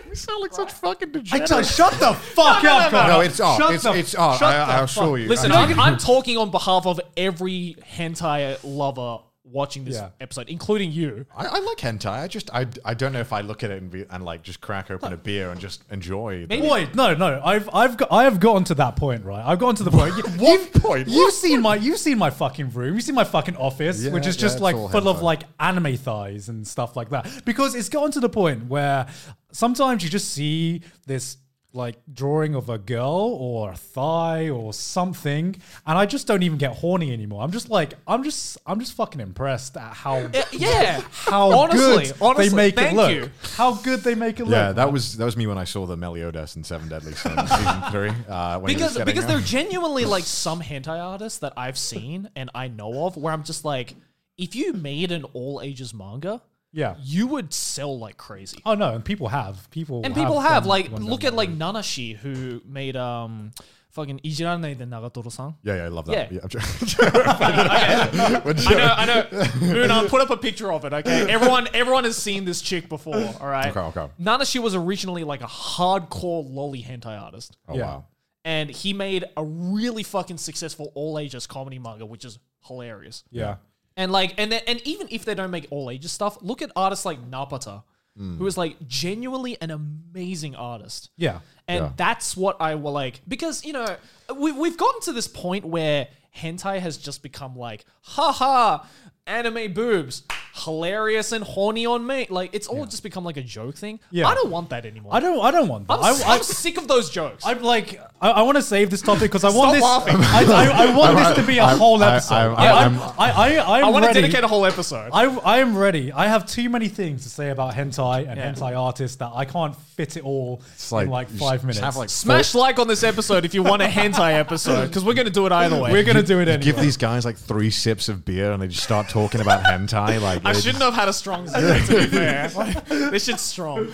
You sound like such fucking
I
degenerate.
t- shut the fuck up,
no,
God.
it's art.
Shut
it's
the-
it's art.
shut
I, I
the
assure
fuck-
you.
Listen,
I-
I'm, I'm talking on behalf of every hentai lover watching this
Yeah.
episode, including you.
I, I like hentai. I just I, I don't know if I look at it and, be, and like just crack open a beer and just enjoy. the-
Wait, no, no. I've I've got I have gotten to that point, right? I've gotten to the point. You,
What
you've,
point?
You've
What
seen my you've seen my fucking room. You've seen my fucking office,
Yeah,
which is
yeah,
just
it's
like
all
full of
hentai.
like anime thighs and stuff like that. Because it's gotten to the point where sometimes you just see this like drawing of a girl or a thigh or something, and I just don't even get horny anymore. I'm just like, I'm just, I'm just fucking impressed at how
Uh, yeah.
how
Honestly,
good
honestly,
they make
thank
it look.
you.
How good they make it
Yeah,
look.
that was that was me when I saw the Meliodas and Seven Deadly Sins season three. Uh, when he was
because
getting
because
her.
they're genuinely like some hentai artists that I've seen and I know of where I'm just like, if you made an all ages manga,
yeah.
you would sell like crazy.
Oh no, and people have people
and people have
done
like
one
look
done
at like
that.
Nanashi who made um fucking Ijirane de Nagatoro-san.
yeah, yeah, I love that.
Yeah.
Yeah, I'm Oh, joking. When she-
I know. Una, put up a picture of it, okay? Everyone, everyone has seen this chick before, all right?
Okay, okay.
Nanashi was originally like a hardcore lolly hentai artist,
Oh
Yeah.
wow.
and he made a really fucking successful all ages comedy manga, which is hilarious.
yeah.
And like, and then, and even if they don't make all ages stuff, look at artists like Napata, who is like genuinely an amazing artist.
Mm. Yeah.
And
Yeah.
that's what I will like because you know we we've gotten to this point where hentai has just become like haha anime boobs hilarious and horny on me like it's all just become like a joke thing.
Yeah.
I don't want that anymore.
I don't I don't want that.
I'm,
I,
s-
I,
I'm sick of those jokes.
I'm like I, I want to save this topic because I want this.
laughing.
I, I, I want this to be a
I'm-
whole
I-
episode.
I'm-
I, I'm,
I'm-
I, I, I'm
I want to
ready.
dedicate a whole episode.
I, I am ready. I have too many things to say about hentai and
Yeah.
hentai artists that I can't fit it all in like
you
five
should
minutes.
just Have like
Smash like on this episode if you want a hentai episode because we're gonna do it either way.
We're gonna do it
You
anyway.
Give these guys like three sips of beer and they just start talking about hentai. Like
I
they
shouldn't have had a strong zero to be fair. Like, this shit's strong.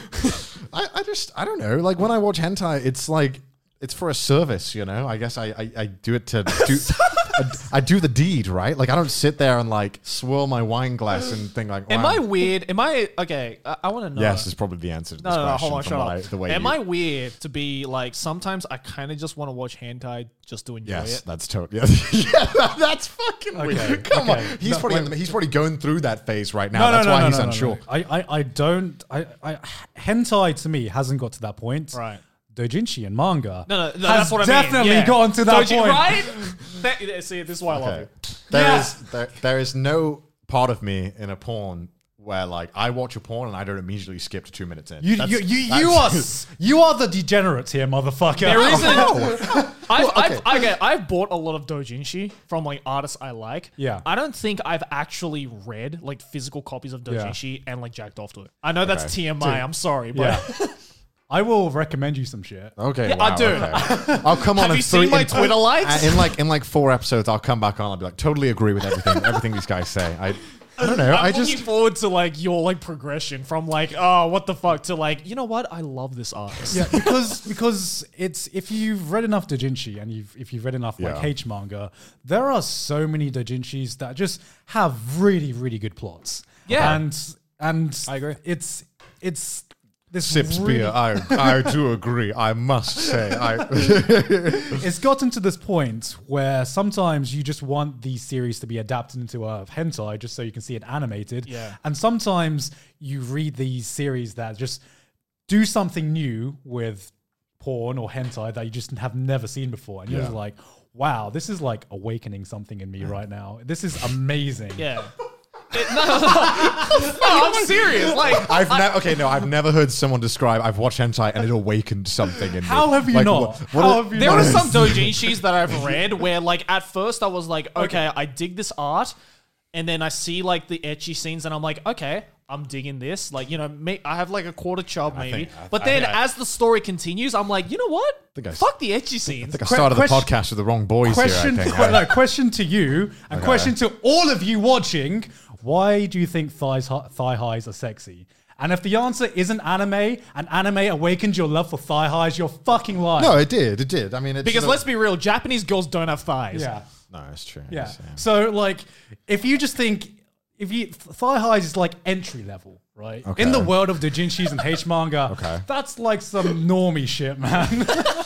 I, I just I don't know. Like when I watch hentai, it's like it's for a service, you know. I guess I I, I do it to do. I, I do the deed, right? Like I don't sit there and like swirl my wine glass and think like.
Am
wow.
I weird? Am I okay? I, I want to know.
Yes, is probably the answer to this
No, no, no,
question.
hold on,
from
shut
what I-
up.
the way
Am
you-
I weird to be like sometimes I kind of just want to watch hentai just to enjoy
Yes,
it?
that's totally. Yes. yeah, that's fucking weird. Come
okay.
on, he's
No,
probably
wait.
he's probably going through that phase right now.
no,
that's
no, no,
why
no,
he's
no, no,
unsure.
no. I, I, I don't. I, I, hentai to me hasn't got to that point.
Right.
Doujinshi and manga.
No, no, no that's
has
what I mean.
definitely
yeah.
gotten to that
So,
point.
Right? That- yeah, see, this is why I love
Okay.
it.
There
Yeah.
is there, there is no part of me in a porn where like I watch a porn and I don't immediately skip to two minutes in.
You,
That's-
you, you, you
that's-
are s- you are the degenerate here, motherfucker.
There isn't. I've,
okay.
I've, okay, I've bought a lot of doujinshi from like artists I like.
Yeah.
I don't think I've actually read like physical copies of
Yeah.
doujinshi and like jacked off to it. I know that's TMI. I'm sorry, but
Yeah. I will recommend you some shit.
Okay,
I
wow,
do.
okay. I'll come on.
Have
in
you seen
three-
my
in-
Twitter likes?
uh, In like in like four episodes, I'll come back on. I'll be like, totally agree with everything everything these guys say. I, I don't know.
I'm
I
looking
just
forward to like your like progression from like oh what the fuck to like you know what I love this artist.
Yeah, because because it's if you've read enough doujinshi and you've if you've read enough like
Yeah.
H manga, there are so many doujinshis that just have really really good plots.
Yeah.
and and I agree. It's it's this
sips
really-
beer. I I do agree. I must say. I.
It's gotten to this point where sometimes you just want these series to be adapted into a hentai just so you can see it animated.
Yeah.
And sometimes you read these series that just do something new with porn or hentai that you just have never seen before. And you're just
Yeah.
like, wow, this is like awakening something in me right now. This is amazing.
Yeah. It- no, no, no. No, I'm serious. Like,
I've never okay no I've never heard someone describe I've watched hentai and it awakened something in
How
me.
have you not? How have you
there
not?
are some dojinshis that I've read where, like, at first I was like, okay, I dig this art, and then I see like the etchy scenes, and I'm like, okay, I'm digging this. Like, you know, may, I have like a quarter chub maybe,
think- I-
but
I
then
think I-
as the story continues, I'm like, you know what?
think I s-
Fuck the etchy scenes.
I think I started
question-
the podcast with the wrong boys
question,
here. I think.
que-
I-
no, question to you, and question to all of you watching: Why do you think thighs, hi- thigh highs are sexy? And if the answer isn't anime, and anime awakened your love for thigh highs, you're fucking lying.
no, it did. It did. I mean, it's
because
not-
let's be real, Japanese girls don't have thighs.
yeah,
No, it's true.
yeah.
It's, yeah.
So like, if you just think, if you th- thigh highs is like entry level. Right.
Okay.
In the world of doujinshis and H manga,
Okay.
that's like some normie shit, man.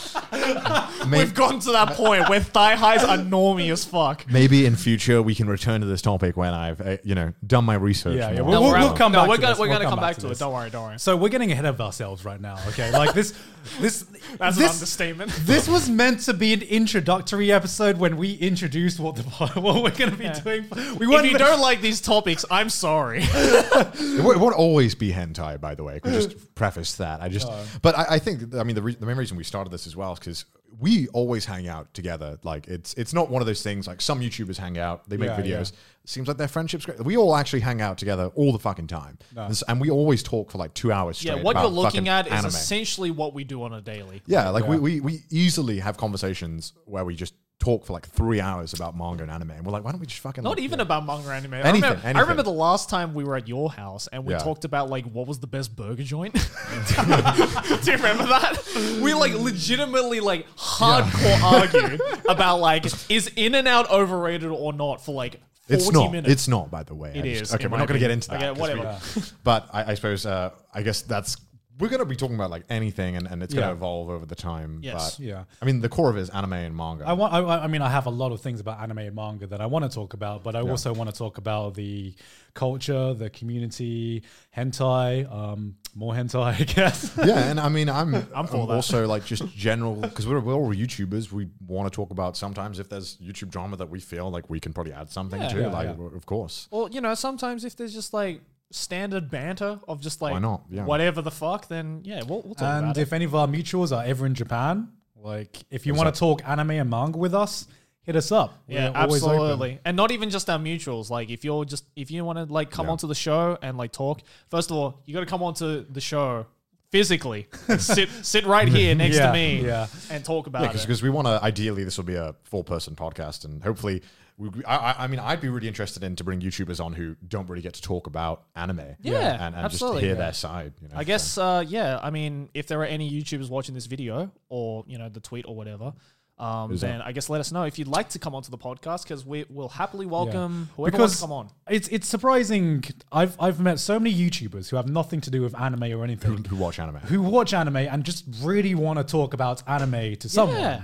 We've gotten to that point where thigh highs are normy as fuck.
Maybe in future we can return to this topic when I've uh, you know done my research.
Yeah, yeah,
more. Um,
we'll-
we're
we'll
out.
come
no,
back
We're
to
gonna,
this.
we're
We'll
gonna
come
come
back
back
to
to it.
this.
Don't worry. Don't worry.
So we're getting ahead of ourselves right now. Okay, like this, this
That's
this,
an understatement.
This was meant to be an introductory episode when we introduced what the what we're going to be doing. We
If
weren't
you don't like these topics, I'm sorry.
It, won't- it won't always be hentai, by the way. Could just preface that. I just, but I, I think I mean the re- the main reason we started this as well is because we always hang out together. Like it's it's not one of those things like some YouTubers hang out, they make
Yeah,
videos. Seems like their friendship's great. We all actually hang out together all the fucking time, and, s- and we always talk for like two hours
yeah,
straight.
what
about
you're looking
fucking
at is
anime.
essentially what we do on a daily.
yeah, like We, we we easily have conversations where we just talk for like three hours about manga and anime, and we're like, why don't we just fucking
Not
like,
even
yeah.
about manga or anime. I,
Anything,
remember, I
anything.
remember the last time we were at your house and we
Yeah.
talked about like what was the best burger joint. Do you remember that? We like legitimately like hardcore argued about like is In and Out overrated or not for like forty
It's not.
minutes.
It's not, by the way.
It
I just-
is,
Okay,
in
we're
my
not going to get
opinion.
into that.
Okay,
'cause
whatever.
we- but I, I suppose uh, I guess that's we're going to be talking about like anything, and, and it's going to
Yeah.
evolve over the time.
Yes.
But,
Yeah.
I mean, the core of it is anime and manga.
I want. I- I, I mean, I have a lot of things about anime and manga that I want to talk about, but I also want to talk about the culture, the community, hentai, um, more hentai, I guess.
yeah, and I mean, I'm I'm,
for that.
also like just general because we're, we're all YouTubers. We want to talk about sometimes if there's YouTube drama that we feel like we can probably add something to.
Yeah,
like,
yeah.
w- of course.
Well, you know, sometimes if there's just like standard banter of just like
Why not? Yeah.
whatever the fuck, then yeah, we'll, we'll talk
and
about
if
it.
any of our mutuals are ever in Japan, like if you want to talk anime and manga with us, hit us up.
Yeah,
We're always open.
absolutely. And not even just our mutuals. Like if you're just if you want to like come onto the show and like talk, first of all, you got to come onto the show physically. sit sit right here next
Yeah,
to me
yeah.
and talk about
Yeah,
it.
because we want to. Ideally, this will be a four-person podcast, and hopefully, we, we- I, I- I mean, I'd be really interested in to bring YouTubers on who don't really get to talk about anime.
Yeah,
and, and
absolutely.
just hear
Yeah.
their side. You know,
I guess, uh, yeah. I mean, if there are any YouTubers watching this video or you know the tweet or whatever, um, then I guess let us know if you'd like to come onto the podcast because we will happily welcome whoever wants to come on.
It's it's surprising. I've I've met so many YouTubers who have nothing to do with anime or anything
who watch anime.
who watch anime and just really want to talk about anime to someone.
Yeah,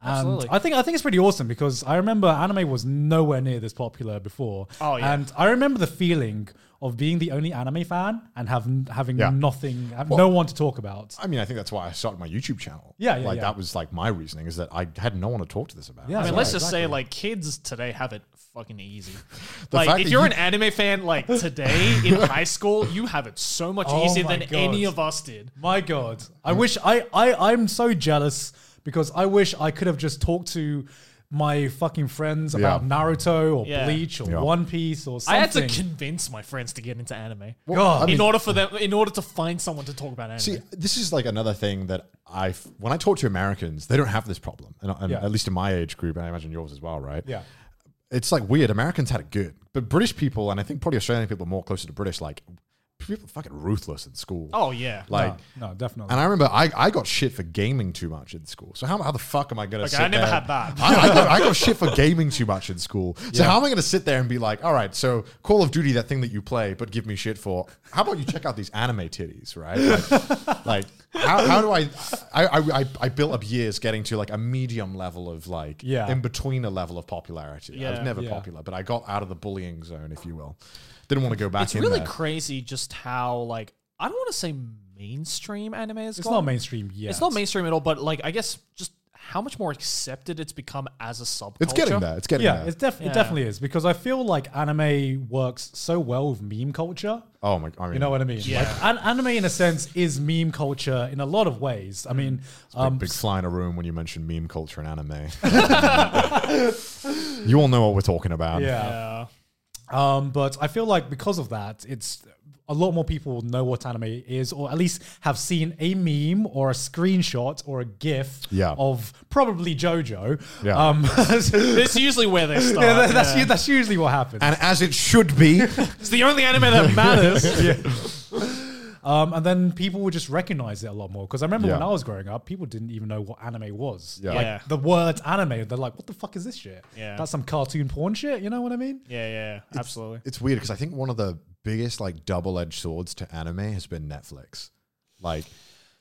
And
absolutely.
I think I think it's pretty awesome because I remember anime was nowhere near this popular before.
Oh, yeah.
And I remember the feeling of being the only anime fan and have, having
Yeah.
nothing, have no one to talk about.
I mean, I think that's why I started my YouTube channel.
Yeah, yeah,
like
yeah.
that was like my reasoning is that I had no one to talk to this about.
Yeah.
I mean,
Yeah,
let's just say
exactly.
like kids today have it fucking easy.
The fact
like if
that
you're
you-
an anime fan, like today in high school, you have it so much
Oh
easier
my
than
God.
any of us did.
My God, I wish I, I I'm so jealous because I wish I could have just talked to my fucking friends about
Yeah.
Naruto or
Yeah.
Bleach or
Yeah.
One Piece or something.
I had to convince my friends to get into anime
God,
in order for them, in order to find someone to talk about anime.
See, this is like another thing that I, when I talk to Americans, they don't have this problem, and, and
Yeah.
at least in my age group, and I imagine yours as well, right?
yeah,
it's like weird. Americans had it good, but British people, and I think probably Australian people are more closer to British, like people are fucking ruthless in school.
oh yeah,
like.
no, definitely.
And I remember I, I got shit for gaming too much in school. So how, how the fuck am I gonna?
Okay,
sit
I never
there-
had that.
I, I, got, I got shit for gaming too much in school. So how am I gonna sit there and be like, all right, so Call of Duty, that thing that you play, but give me shit for? How about you check out these anime titties, right? Like, like, how, how do I I, I I I built up years getting to like a medium level of like
Yeah.
in between a level of popularity. I was
Yeah.
never
Yeah.
popular, but I got out of the bullying zone, if you will. Didn't want to go back
it's
in
really
there.
crazy just how like I don't want to say mainstream anime is.
it's not mainstream yet.
It's not mainstream at all, but like I guess just how much more accepted it's become as a subculture.
it's getting there. It's getting
Yeah,
there.
it's def-
Yeah.
it definitely is because I feel like anime works so well with meme culture.
oh my! I mean,
You know what I mean?
Yeah.
Like, an- anime, in a sense, is meme culture in a lot of ways. I mean, um,
Big fly in a room when you mention meme culture and anime. you all know what we're talking about.
yeah.
Yeah.
Um, but I feel like because of that, it's a lot more people know what anime is, or at least have seen a meme or a screenshot or a GIF
Yeah.
of probably JoJo.
Yeah.
Um, yeah,
That's usually where they start.
that- that's,
Oh, yeah.
u- that's usually what happens.
And as it should be,
It's the only anime that matters.
Um, and then people would just recognize it a lot more. Because I remember when
Yeah.
I was growing up, people didn't even know what anime was.
Yeah.
Like
Yeah.
the word anime, they're like, what the fuck is this shit?
Yeah.
That's some cartoon porn shit. You know what I mean?
Yeah, yeah, absolutely.
it's weird because I think one of the biggest like double-edged swords to anime has been Netflix. Like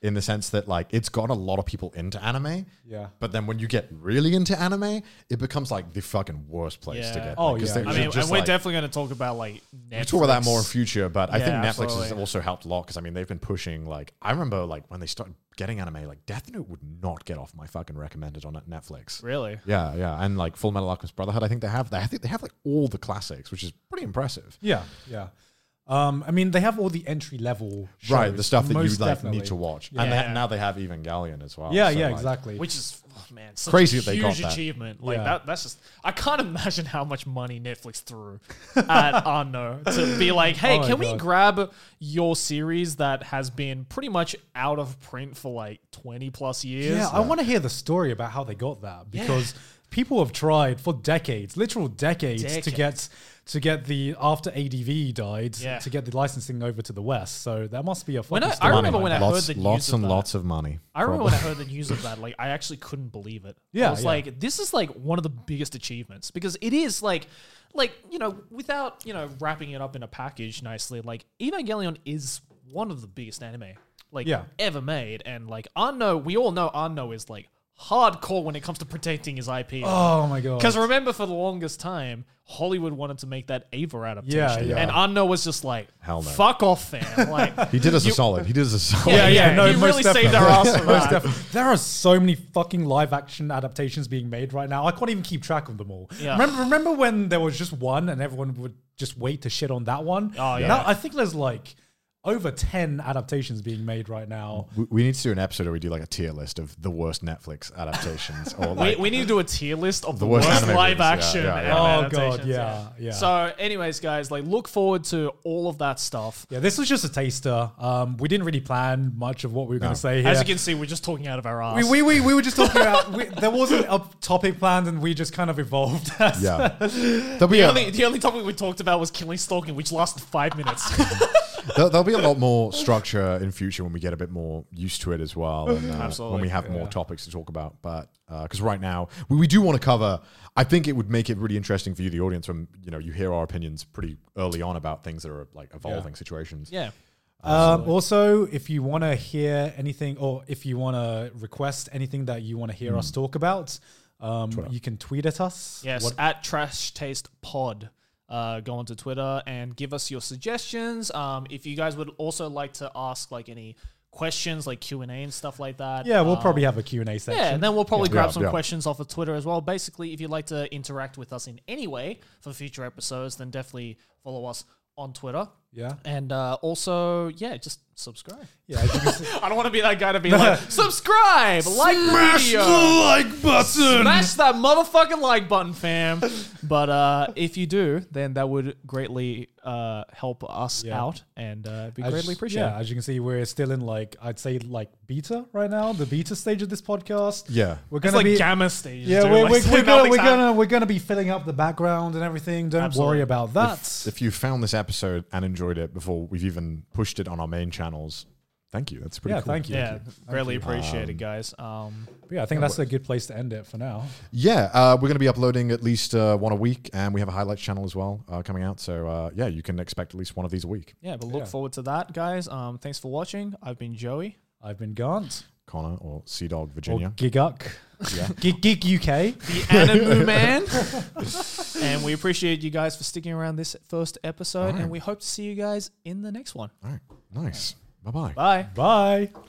in the sense that like it's got a lot of people into anime.
Yeah.
But then when you get really into anime, it becomes like the fucking worst place to
Yeah.
get.
Oh,
like, 'cause
yeah.
they-
I
they're
mean, and
just,
we're
like-
definitely going to talk about like Netflix.
We'll talk about that more in future, but I
Yeah,
think Netflix has
absolutely.
also helped a lot because I mean they've been pushing like I remember like when they started getting anime, like Death Note would not get off my fucking recommended on Netflix.
Really?
Yeah, yeah, and like Full Metal Alchemist Brotherhood, I think they have that. I think they have like all the classics, which is pretty impressive.
Yeah, yeah. Um, I mean, they have all the entry level,
right,
shows,
the stuff that you like
most definitely.
need to watch, and they
Yeah.
ha- now they have Evangelion as well.
Yeah,
so,
yeah,
like,
exactly.
Which is oh, man, such
Crazy
a
that they
huge
got that.
achievement. Like
Yeah.
that. That's just I can't imagine how much money Netflix threw at Arno to be like, hey,
Oh my
can we
God.
grab your series that has been pretty much out of print for like twenty plus years?
yeah, I want to hear the story about how they got that because people have tried for decades, literal decades, to get to get the after ADV died
Yeah.
to get the licensing over to the West. So that must be a
When
fucking
I- I
story.
remember
money.
when I heard
lots,
the news
lots
of
and
that.
lots of money.
I remember
probably.
when I heard the news of that, like I actually couldn't believe it. I
Yeah,
was
yeah.
like, this is like one of the biggest achievements because it is like, like you know, without you know wrapping it up in a package nicely, like Evangelion is one of the biggest anime like
Yeah.
ever made, and like Arno, we all know Arno is like hardcore when it comes to protecting his IP.
oh my god!
Because remember, for the longest time, Hollywood wanted to make that Ava adaptation,
Yeah, yeah.
and Arno was just like,
Hell no.
"Fuck off, fam!" Like,
he did us
you-
a solid. He did us a solid.
yeah, yeah,
no,
he
most
really saved
definitely.
our ass for
Most
that.
definitely. There are so many fucking live action adaptations being made right now. I can't even keep track of them all.
Yeah.
Remember, remember when there was just one and everyone would just wait to shit on that one?
Oh, yeah.
Now, I think there's like over 10 adaptations being made right now.
We- We need to do an episode where we do like a tier list of the worst Netflix adaptations, or like
we, we need to do a tier list of the,
worst
worst,
anime movies,
live
yeah,
action.
yeah, yeah.
anime
Oh, God,
adaptations,
yeah, yeah.
So, anyways, guys, like, look forward to all of that stuff.
Yeah, this was just a taster. Um, we didn't really plan much of what we were going to say here.
As you can see, we're just talking out of our ass.
we, we, we, we were just talking about, we, there wasn't a topic planned and we just kind of evolved. as-
yeah. There'll be
the,
a-
only, the only topic we talked about was killing stalking, which lasted five minutes.
There'll, there'll be a lot more structure in future when we get a bit more used to it as well. And, uh, When
Absolutely.
we have more topics to talk about. But because right now we, we do want to cover, I think it would make it really interesting for you, the audience, when you know you hear our opinions pretty early on about things that are like evolving situations.
yeah.
Um, also, if you want to hear anything or if you want to request anything that you want to hear
Hmm.
us talk about, um, you can tweet at us.
Yes,
What-
at Trash Taste Pod. Uh, go onto Twitter and give us your suggestions. Um, if you guys would also like to ask like any questions, like Q and A and stuff like that.
yeah, we'll
um,
probably have a Q&A section.
Yeah, and then we'll probably
Yeah.
grab
Yeah,
some
yeah.
questions off of Twitter as well. Basically, if you'd like to interact with us in any way for future episodes, then definitely follow us on Twitter.
Yeah.
And uh, also, yeah, just subscribe.
Yeah, as you can see-
I don't want to be that guy to be like, subscribe, like Smash video.
like button.
Smash that motherfucking like button, fam. But uh, if you do, then that would greatly uh, help us
Yeah.
out and uh, be
As-
greatly appreciated.
Yeah, as you can see, we're still in like I'd say like beta right now, the beta stage of this podcast.
Yeah.
we're
It's
gonna
like
be
gamma stages.
yeah,
dude.
we're,
Like,
we're,
so
we're gonna,
nothing's
we're
happening.
gonna we're gonna be filling up the background and everything. Don't worry
Absolutely.
about that.
If you found this episode and enjoyed it before we've even pushed it on our main channels, thank you. That's pretty
yeah,
cool.
thank you.
Yeah, greatly
you.
appreciated, guys. Um,
But yeah, I think that's a good place to end it for now.
Yeah, uh, we're going to be uploading at least uh, one a week, and we have a highlights channel as well uh, coming out. So uh, yeah, you can expect at least one of these a week.
yeah, but look forward to that, guys. Um, thanks for watching. I've been Joey.
I've been Gant.
Connor or Sea Dog
Or
Virginia.
Giguck.
Yeah.
Gig, Gig UK.
the Animu Man. and we appreciate you guys for sticking around this first episode, and we hope to see you guys in the next one.
All right, nice. Bye bye.
Bye.
Bye.